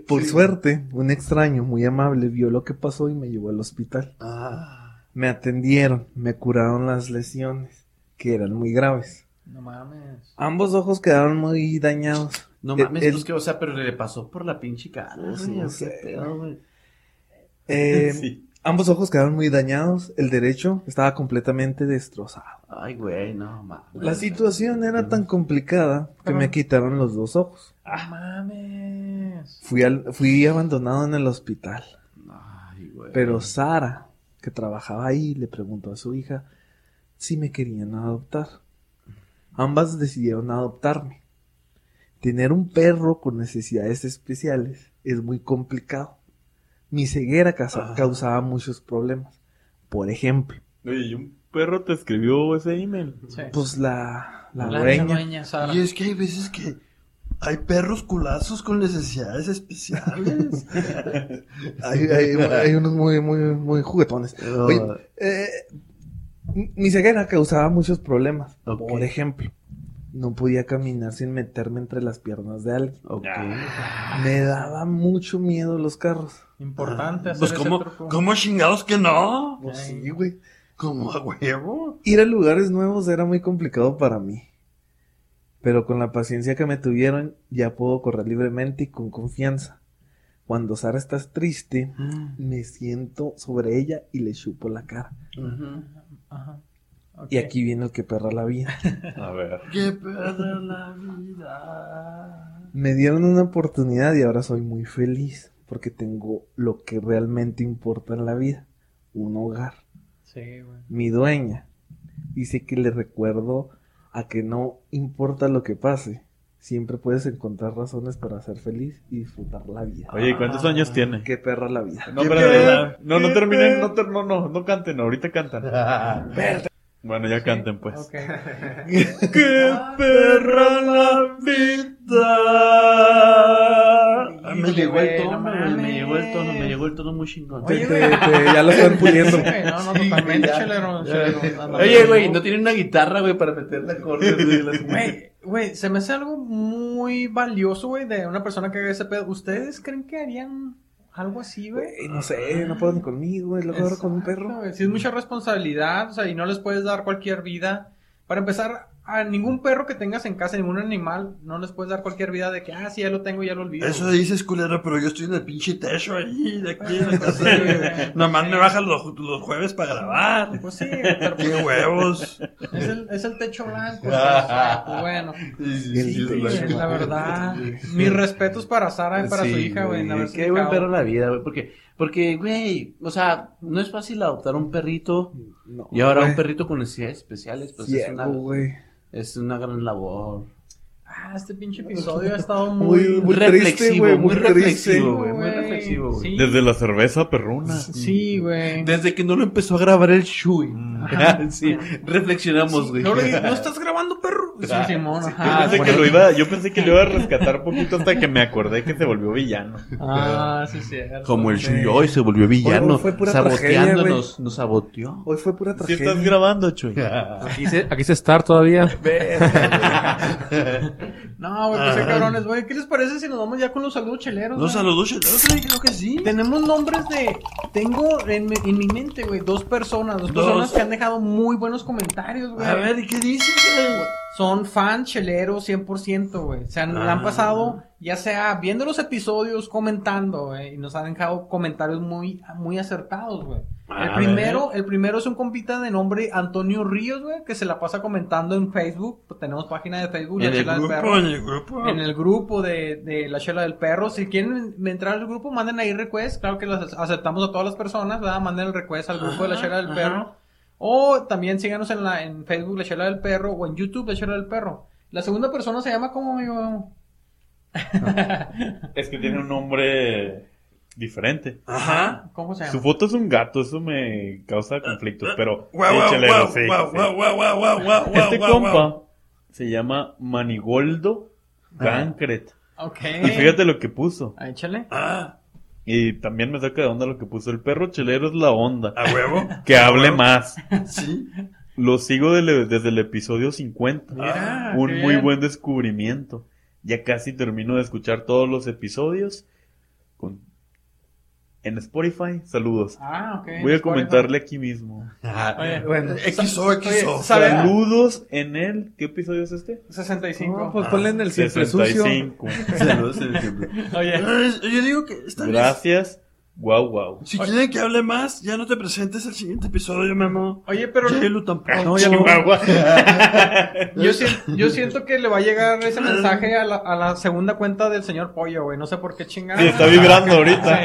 Por suerte, un extraño muy amable vio lo que pasó y me llevó al hospital.
Ah,
Me atendieron, me curaron las lesiones, que eran muy graves.
No mames.
Ambos ojos quedaron muy dañados.
No
El-
mames,
Eh, el-
pues que, o sea, pero le pasó por la pinche cara.
sí,
güey,
no
¿o qué
sé.
pedo, güey?
Eh,
Sí.
Ambos ojos quedaron muy dañados, el derecho estaba completamente destrozado.
Ay, güey, no mames.
La situación era tan complicada que me quitaron los dos ojos.
No mames.
Fui, al- fui abandonado en el hospital.
Ay, güey.
Pero Sara, que trabajaba ahí, le preguntó a su hija si me querían adoptar. Ambas decidieron adoptarme. Tener un perro con necesidades especiales es muy complicado. Mi ceguera causa-
Ah.
causaba muchos problemas. Por ejemplo,
Oye, y un perro te escribió ese email.
Sí.
pues la, la
La
dueña.
dueña, Sara.
y es que hay veces que hay perros culazos con necesidades especiales.
Hay, hay- hay unos muy, muy, muy juguetones. Oye, eh, mi ceguera causaba muchos problemas.
Ok.
Por ejemplo, no podía caminar sin meterme entre las piernas de alguien.
Ok.
Ah.
Me daba mucho miedo los carros.
Importante hacer
pues,
ese
¿cómo,
truco.
¿cómo chingados que no?
Pues
Ay.
sí, güey.
¿Cómo a huevo?
Ir a lugares nuevos era muy complicado para mí. Pero con la paciencia que me tuvieron, ya puedo correr libremente y con confianza. Cuando Sara está triste, me siento sobre ella y le chupo la cara.
Ajá. Ok.
Y aquí viene el que perra la vida.
A ver.
Qué perra la vida.
Me dieron una oportunidad y ahora soy muy feliz porque tengo lo que realmente importa en la vida, un hogar.
Sí, güey.
Mi dueña dice que le recuerdo a que no importa lo que pase, siempre puedes encontrar razones para ser feliz y disfrutar la vida. Ah,
Oye, ¿cuántos años tiene?
Qué perra la vida.
Ah. No,
¿Qué
pero
pe-
no, no
qué
terminen,
pe-
no, ter- no, no, no canten, ahorita cantan. Bueno, ya canten pues.
Ok.
¡Qué perra la vida!
Ah, me llegó
Güey,
el
no
tono, güey,
mames.
me llegó el tono, me llegó el tono muy chingón.
Oye,
Te- te- te- ya lo están puliendo.
Sí, güey, no, no, totalmente, chelero, chelero, no, no.
Oye, güey, no tiene una guitarra, güey, para meterle acordes, güey. las-
Güey, güey, se me hace algo muy valioso, güey, de una persona que haga ese pedo. ¿Ustedes creen que harían algo así, güey?
Güey, no sé, no puedo ni conmigo, es lo que con un perro.
Si es mucha responsabilidad, o sea, y no les puedes dar cualquier vida. Para empezar, a ningún perro que tengas en casa, ningún animal, no les puedes dar cualquier vida de que, ah, sí, ya lo tengo, ya lo olvido.
Eso
güey.
dices, culero, pero yo estoy en el pinche techo ahí, de aquí, de
Sí,
casa.
güey.
Nomás me bajan los, los jueves para grabar.
Pues sí, pero
¡Qué
pues,
huevos!
es, el, es el techo blanco. o sea, pues, bueno,
sí,
Sí,
sí,
la verdad. Mis respetos para Sara y para su
Sí,
hija, güey. en
güey,
haberse
Qué buen
fijado.
perro la vida, güey. Porque, porque, güey, o sea, no es fácil adoptar un perrito.
No,
Y ahora
güey.
un perrito con necesidades especiales, pues es
Ciego,
una,
güey.
es una gran labor.
Ah, este pinche episodio ha estado muy...
Muy-
Muy
triste,
reflexivo,
güey,
muy
muy triste.
reflexivo, güey. Muy
güey.
reflexivo, güey.
Sí,
Desde la cerveza perruna.
Sí, güey.
Desde que no lo empezó a grabar el Shui. sí, reflexionamos, güey.
No, le- no estás grabando, perro. Ah, Sí, Simón,
Yo
ajá.
pensé, que lo iba, yo pensé que lo iba a rescatar poquito hasta que me acordé que se volvió villano.
Ah, sí, sí.
Como el Shui hoy se volvió villano,
Hoy fue pura tragedia,
saboteándonos, nos saboteó.
Hoy fue pura
Si
tragedia.
estás grabando, Chuy.
Aquí se, aquí se estar todavía.
No, güey, pues qué cabrones, güey. ¿Qué les parece si nos vamos ya con los saludos cheleros?
Los
güey?
saludos, yo creo que sí.
Tenemos nombres de. Tengo en mi, en mi mente, güey, dos personas. Dos,
Dos.
personas que han dejado muy buenos comentarios, güey.
A ver, ¿y qué dices? güey?
Son fan cheleros 100%, güey. Se
Ah.
han, la han pasado, ya sea viendo los episodios, comentando, güey. Y nos han dejado comentarios muy, muy acertados, güey. El primero, el primero es un compita de nombre Antonio Ríos, güey, que se la pasa comentando en Facebook. Pues tenemos página de Facebook, La
En el
Chela del
Grupo,
Perro.
en el grupo.
En el grupo de, de La Chela del Perro. Si quieren en- entrar al grupo, manden ahí request. Claro que las aceptamos a todas las personas, ¿verdad? Manden el request al grupo de La Chela del Perro. O también síganos en, la, en Facebook La Chela del Perro o en YouTube La Chela del Perro. La segunda persona se llama como, amigo?
Es que tiene un nombre diferente.
Ajá.
¿Cómo se
Ah. Su
llama?
foto es un gato, eso me causa conflictos, pero...
Eh, Guau,
sí,
guau,
chelero,
guau,
sí,
guau,
sí.
guau, guau, guau, guau, guau,
Este
guau,
compa
guau.
se llama Manigoldo
Ah.
Cancret.
Ok.
Eh.
Y fíjate lo que puso.
Ah, Échale.
Ah,
Y también me saca de onda lo que puso. El perro chelero es la onda.
a huevo.
Que hable más.
Sí.
Lo sigo del- desde el episodio 50.
Mira, Ah, qué
Ah, Un muy
bien.
buen descubrimiento. Ya casi termino de escuchar todos los episodios. Con... En Spotify, saludos.
Ah, ok.
Voy a
Spotify.
comentarle aquí mismo.
Ah,
Oye,
Bueno,
XO, XO.
Oye, ¿sabe?
Saludos en el. ¿Qué episodio es este?
65.
no, pues ponle
Ah,
en el siempre sucio.
65.
Saludos en el templo.
Oye.
Eh, Yo digo que está bien.
Gracias. Wow, wow.
Si quieren que hable más, ya no te presentes al siguiente episodio, mi amor.
Oye, pero
Chelo tampoco.
No, ya no.
yo, sien- yo siento que le va a llegar ese mensaje a la, a la segunda cuenta del señor Pollo, güey. No sé por qué chingada.
Sí, está vibrando ahorita.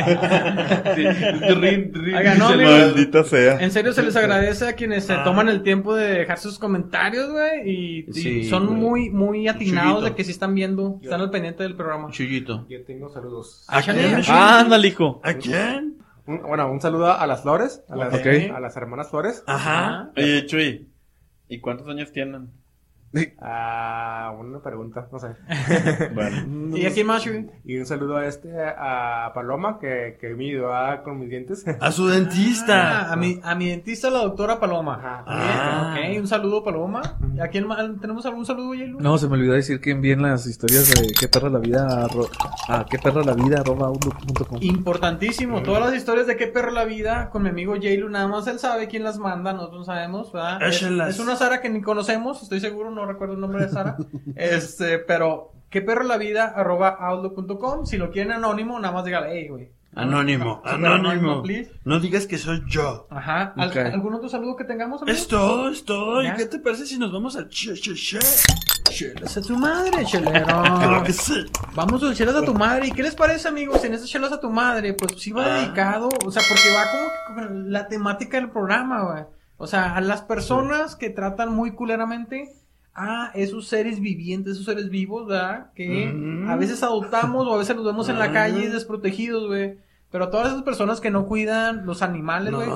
Oiga, no, amigos,
Maldita sea.
en serio se les agradece a quienes se toman el tiempo de dejar sus comentarios, güey. Y, y
Sí,
son
güey.
muy, muy atinados
Chuyito.
de que sí están viendo, están al pendiente del programa.
Chuyito.
Yo tengo saludos.
¿A quién?
Ah, ándale, hijo.
¿A quién?
Un- bueno, un saludo a las Flores, a las,
Ok.
a las hermanas Flores.
Ajá.
Oye, Chuy. ¿Y cuántos años tienen?
Ah, una pregunta, no sé.
Bueno.
¿Y aquí más, güey?
Y un saludo a este, a Paloma, que, que me ayudó a- con mis dientes.
A su dentista.
Ah, a, mi, a mi dentista, la doctora Paloma.
Ajá.
Ah.
Ok, un saludo, Paloma. ¿A quién más? ¿Tenemos algún saludo, Yelu?
No, se me olvidó decir que envíen las historias de qué perra la vida arro- a qué perra la vida arroba outlook punto com.
Importantísimo, todas las historias de qué perro la vida con mi amigo Jailu, nada más él sabe quién las manda, nosotros no sabemos, ¿verdad? Es,
Échenlas.
es una Sara que ni conocemos, estoy seguro, no recuerdo el nombre de Sara. este, pero qué perro la vida arroba outlook punto com. si lo quieren anónimo, nada más dígale, hey, güey.
Anónimo, anónimo. No digas que soy yo.
Ajá. ¿Al-
Ok.
¿Algún otro saludo que tengamos? amigo?
Es todo, es todo. ¿Y
Ya.
qué te parece si nos vamos al che, che, che? Chelas.
Pues a tu madre, chelero.
Claro que sí.
Vamos a chelas a tu madre. ¿Y qué les parece, amigos? En esas chelas a tu madre, pues sí va
Ah.
dedicado, o sea, porque va como que con la temática del programa, güey. O sea, a las personas que tratan muy culeramente a esos seres vivientes, esos seres vivos, ¿verdad? Que
Mm.
a veces adoptamos o a veces los vemos en la calle desprotegidos, güey. Pero a todas esas personas que no cuidan los animales, güey.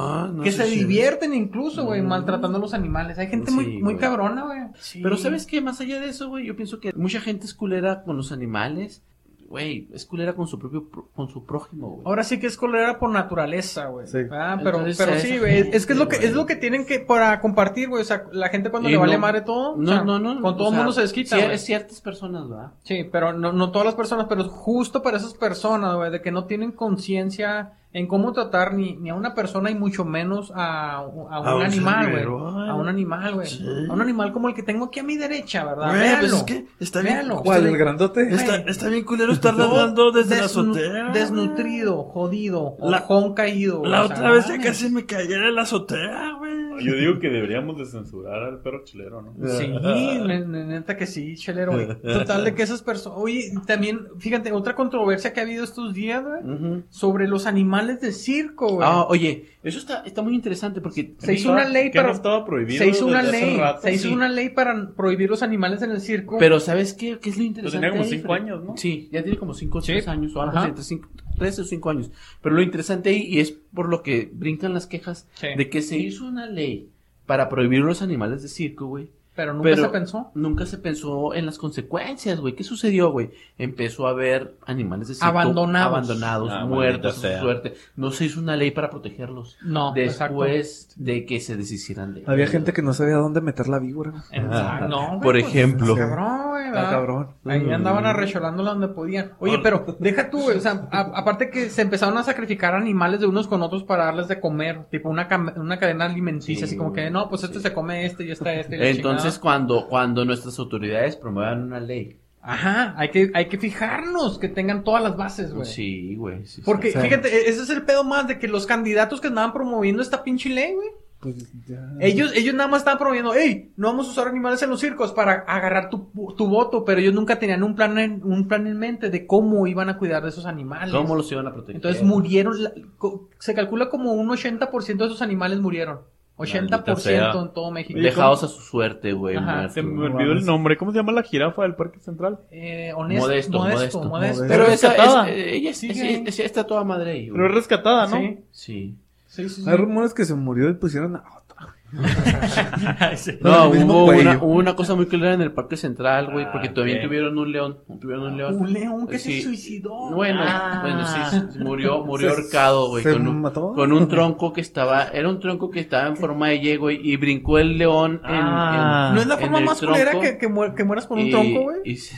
que se divierten incluso, güey, maltratando a los animales. Hay gente muy,
Sí,
muy
güey.
cabrona, güey.
Pero ¿sabes qué? Más allá de eso, güey, yo pienso que mucha gente es culera con los animales. Güey, es culera con su propio, pro- con su prójimo, güey.
Ahora sí que es cólera por naturaleza, güey.
Sí.
Ah, pero,
Entonces,
pero
a
sí,
esa
güey.
gente,
Es que es lo que es
güey.
lo que tienen que para compartir, güey. O sea, la gente cuando
Y
le vale
no-
madre todo, o
No,
sea,
no, no.
con todo
o
el
sea,
mundo se desquita.
cier-
güey.
ciertas personas, ¿verdad?
Sí, pero no, no todas las personas, pero justo para esas personas, güey, de que no tienen conciencia en cómo tratar ni, ni a una persona y mucho menos a, a un,
A un
animal, güey.
ser vivo, ay.
A un animal, güey.
Sí.
A un animal como el que tengo aquí a mi derecha, ¿verdad?
Güey, pues
Véanlo.
es que está bien.
Véalo.
está
¿Cuál? ¿El
bien-
grandote?
Está, está bien culero estar ladrando desde la
Desnu-
azotea.
Desnutrido, jodido,
La-
ojón caído.
La
o sea,
otra vez ya
mames.
casi me caía en la azotea,
Ah,
güey.
Yo digo que deberíamos de censurar al perro chilero, ¿no?
Sí, ne- ne- neta que sí, chelero. güey. Total de que esas personas... Oye, también, fíjate, otra controversia que ha habido estos días, güey, sobre los animales de circo, güey.
Ah, oye, eso está, está muy interesante porque
Se hizo una ley
Que no
para...
estaba prohibido.
Se hizo una
desde hace
ley,
rato,
se hizo
sí.
una ley para prohibir los animales en el circo.
Pero ¿sabes qué?
Pues
¿Qué es lo
Pero
interesante?
tenía como
ahí,
cinco
Fred?
años, ¿no?
Sí, ya tiene como cinco o
Sí.
3 años o algo
Ajá.
así, entre cinco- tres o cinco años. Pero lo interesante ahí, y es por lo que brincan las quejas,
Sí,
de que se hizo una ley para prohibir los animales de circo, güey.
pero nunca
pero-
se pensó.
Nunca se pensó en las consecuencias, güey. ¿Qué sucedió, güey? Empezó a haber animales de circo
Abandonados.
abandonados,
Ah, maldita
muertos, a su
sea.
suerte. No se hizo una ley para protegerlos.
No, exacto.
Después de que se deshicieran de
Había
ellos.
gente que no sabía dónde meter la víbora.
Exacto. No, güey,
ah, Por
pues,
ejemplo.
Cabrón, güey,
Está
Ah, ¿verdad?
cabrón.
Ahí andaban arrecholándola donde podían.
Ah.
Oye, pero deja tú, güey, o sea, a- aparte que se empezaron a sacrificar animales de unos con otros para darles de comer, tipo una, cam- una cadena alimenticia,
Sí,
así como que, no, pues este
sí.
se come este y esta este. y la
Entonces, cuando, cuando nuestras autoridades promuevan una ley.
chingada. Ajá, hay que, hay que fijarnos que tengan todas las bases, güey.
Sí, güey. sí, sí.
Porque,
Sí.
fíjate, e- ese es el pedo más de que los candidatos que andaban promoviendo esta pinche ley, güey,
Pues ya.
ellos, ellos nada más estaban promoviendo, hey, no vamos a usar animales en los circos para agarrar tu, tu voto, pero ellos nunca tenían un plan, en, un plan en mente de cómo iban a cuidar de esos animales.
¿Cómo los iban a proteger?
Entonces murieron, la- co- se calcula como un 80% de esos animales murieron. 80%
sea.
en todo México.
Dejados a su suerte, güey.
Ajá,
muertos.
Se me
No
olvidó el
mames.
nombre. ¿Cómo se llama la jirafa del Parque Central?
Eh, honesto, modesto,
Modesto,
modesto,
modesto,
Pero
Pero
es
esa,
rescatada.
es, eh, ella sí,
Sigue.
ella- ella está toda madre ahí, güey.
Pero es rescatada, ¿no?
Sí,
Sí.
sí, sí, sí.
Hay rumores que se murió y pusieron a otra.
No,
Del mismo
hubo
cuello.
una, hubo una cosa muy clara en el Parque Central, güey,
Ah,
porque todavía
ok.
tuvieron un león. Tuvieron un león.
Un león que
Sí.
se suicidó.
Bueno,
Ah.
bueno, sí, sí, murió, murió
Se-
ahorcado, güey,
se
con un,
mató.
con un tronco que estaba, era un tronco que estaba en forma de yegua y y brincó el león en,
Ah.
en-
¿No es la
en
forma
el
más culera
tronco
que, que, muer- que mueras por un
y-
tronco, güey?
y se-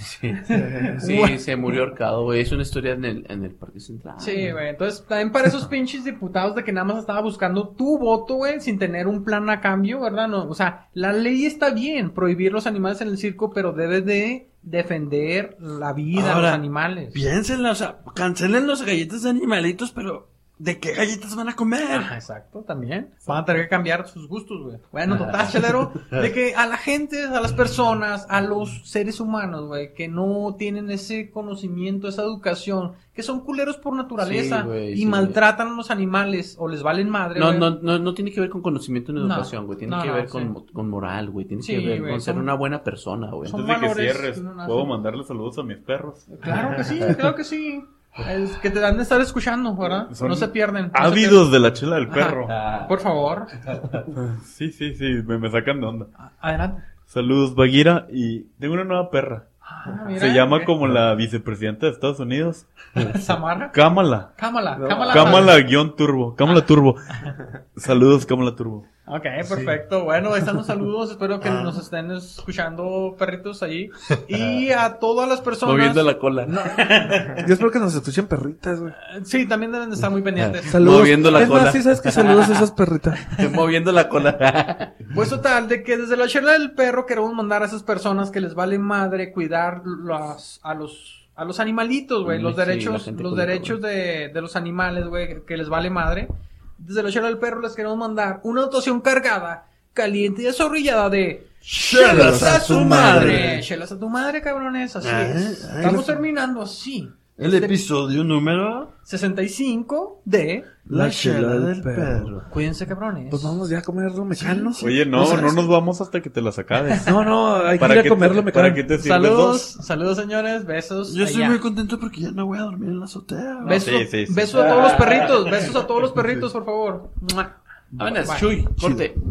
Sí, sí, se murió ahorcado, güey. Es una historia en el, en el Parque Central.
Sí, güey. Entonces, también para esos pinches diputados de que nada más estaba buscando tu voto, güey, sin tener un plan a cambio, ¿verdad? No, o sea, la ley está bien, prohibir los animales en el circo, pero debes de defender la vida,
Ahora,
los animales.
Piénsenla, o sea, cancelen las galletas de animalitos, pero ¿de qué galletas van a
Ajá,
comer?
exacto, también. Van a tener que cambiar sus gustos, güey. Bueno, total, chelero, de que a la gente, a las personas, a los seres humanos, güey, que no tienen ese conocimiento, esa educación, que son culeros por naturaleza
Sí, güey,
y
sí,
maltratan a los animales o les valen madre,
No,
güey.
no, no, no tiene que ver con conocimiento ni
No,
educación, güey. Tiene
no,
que
no,
ver
sí.
con, con moral, güey. Tiene
Sí,
que ver
güey,
con ser
son-
una buena persona, güey.
son
Antes de que
valores
cierres,
que uno nace.
puedo mandarle saludos a mis perros.
Claro que sí, claro que sí. Es que te dan de estar escuchando, ¿verdad?
Son
no se pierden. no se
Ávidos de la chela del perro.
pierden. Por favor,
Sí, sí, sí, me, me sacan de onda.
adelante.
Saludos, Baguira. Y tengo una nueva perra.
Ah, mira,
Se llama
ok.
como la vicepresidenta de Estados Unidos.
Samara.
Cámala.
Cámala,
No.
cámala.
Cámala guión turbo. Cámala turbo. Saludos, Cámala turbo.
Ok, perfecto. Bueno, ahí están los saludos. Espero que
Ah.
nos estén escuchando, perritos, allí. Y a todas las personas.
Ah. Moviendo la cola.
Yo espero que nos escuchen perritas, güey.
eh, Sí, también deben de estar muy
Ah.
pendientes.
Saludos.
Moviendo la
es más,
cola.
sí sabes que saludos a esas perritas.
Moviendo la cola.
Pues total, de que desde la charla del perro queremos mandar a esas personas que les vale madre cuidar las- a los a los animalitos, güey,
Mm, Sí,
los
sí, la
derechos,
gente
los
culera,
derechos de, de los animales, güey, que les vale madre. Desde la chela del perro les queremos mandar una dotación cargada, caliente y desorrillada de
¡Chelas a su madre!
Chelas a tu madre, cabrones, así
Ah,
es.
ah,
Estamos
los-
terminando así.
El episodio número...
65 de
La chela del perro. Ah,
Cuídense, cabrones.
Pues vamos ya a comer lo mecano.
Oye, no,
O sea,
no
es-
nos vamos hasta que te las acabes.
No, no, hay que
¿Para
ir a
qué
comer
te-
lo mecano.
¿Para qué te sirves
Saludos, saludos señores, besos.
Yo estoy
allá.
muy contento porque ya me voy a dormir en la azotea. güey.
Besos,
Sí, sí, sí.
besos a todos los perritos, besos a todos los perritos, por favor. Mua.
Vámonos,
Bye.
Chuy, corte.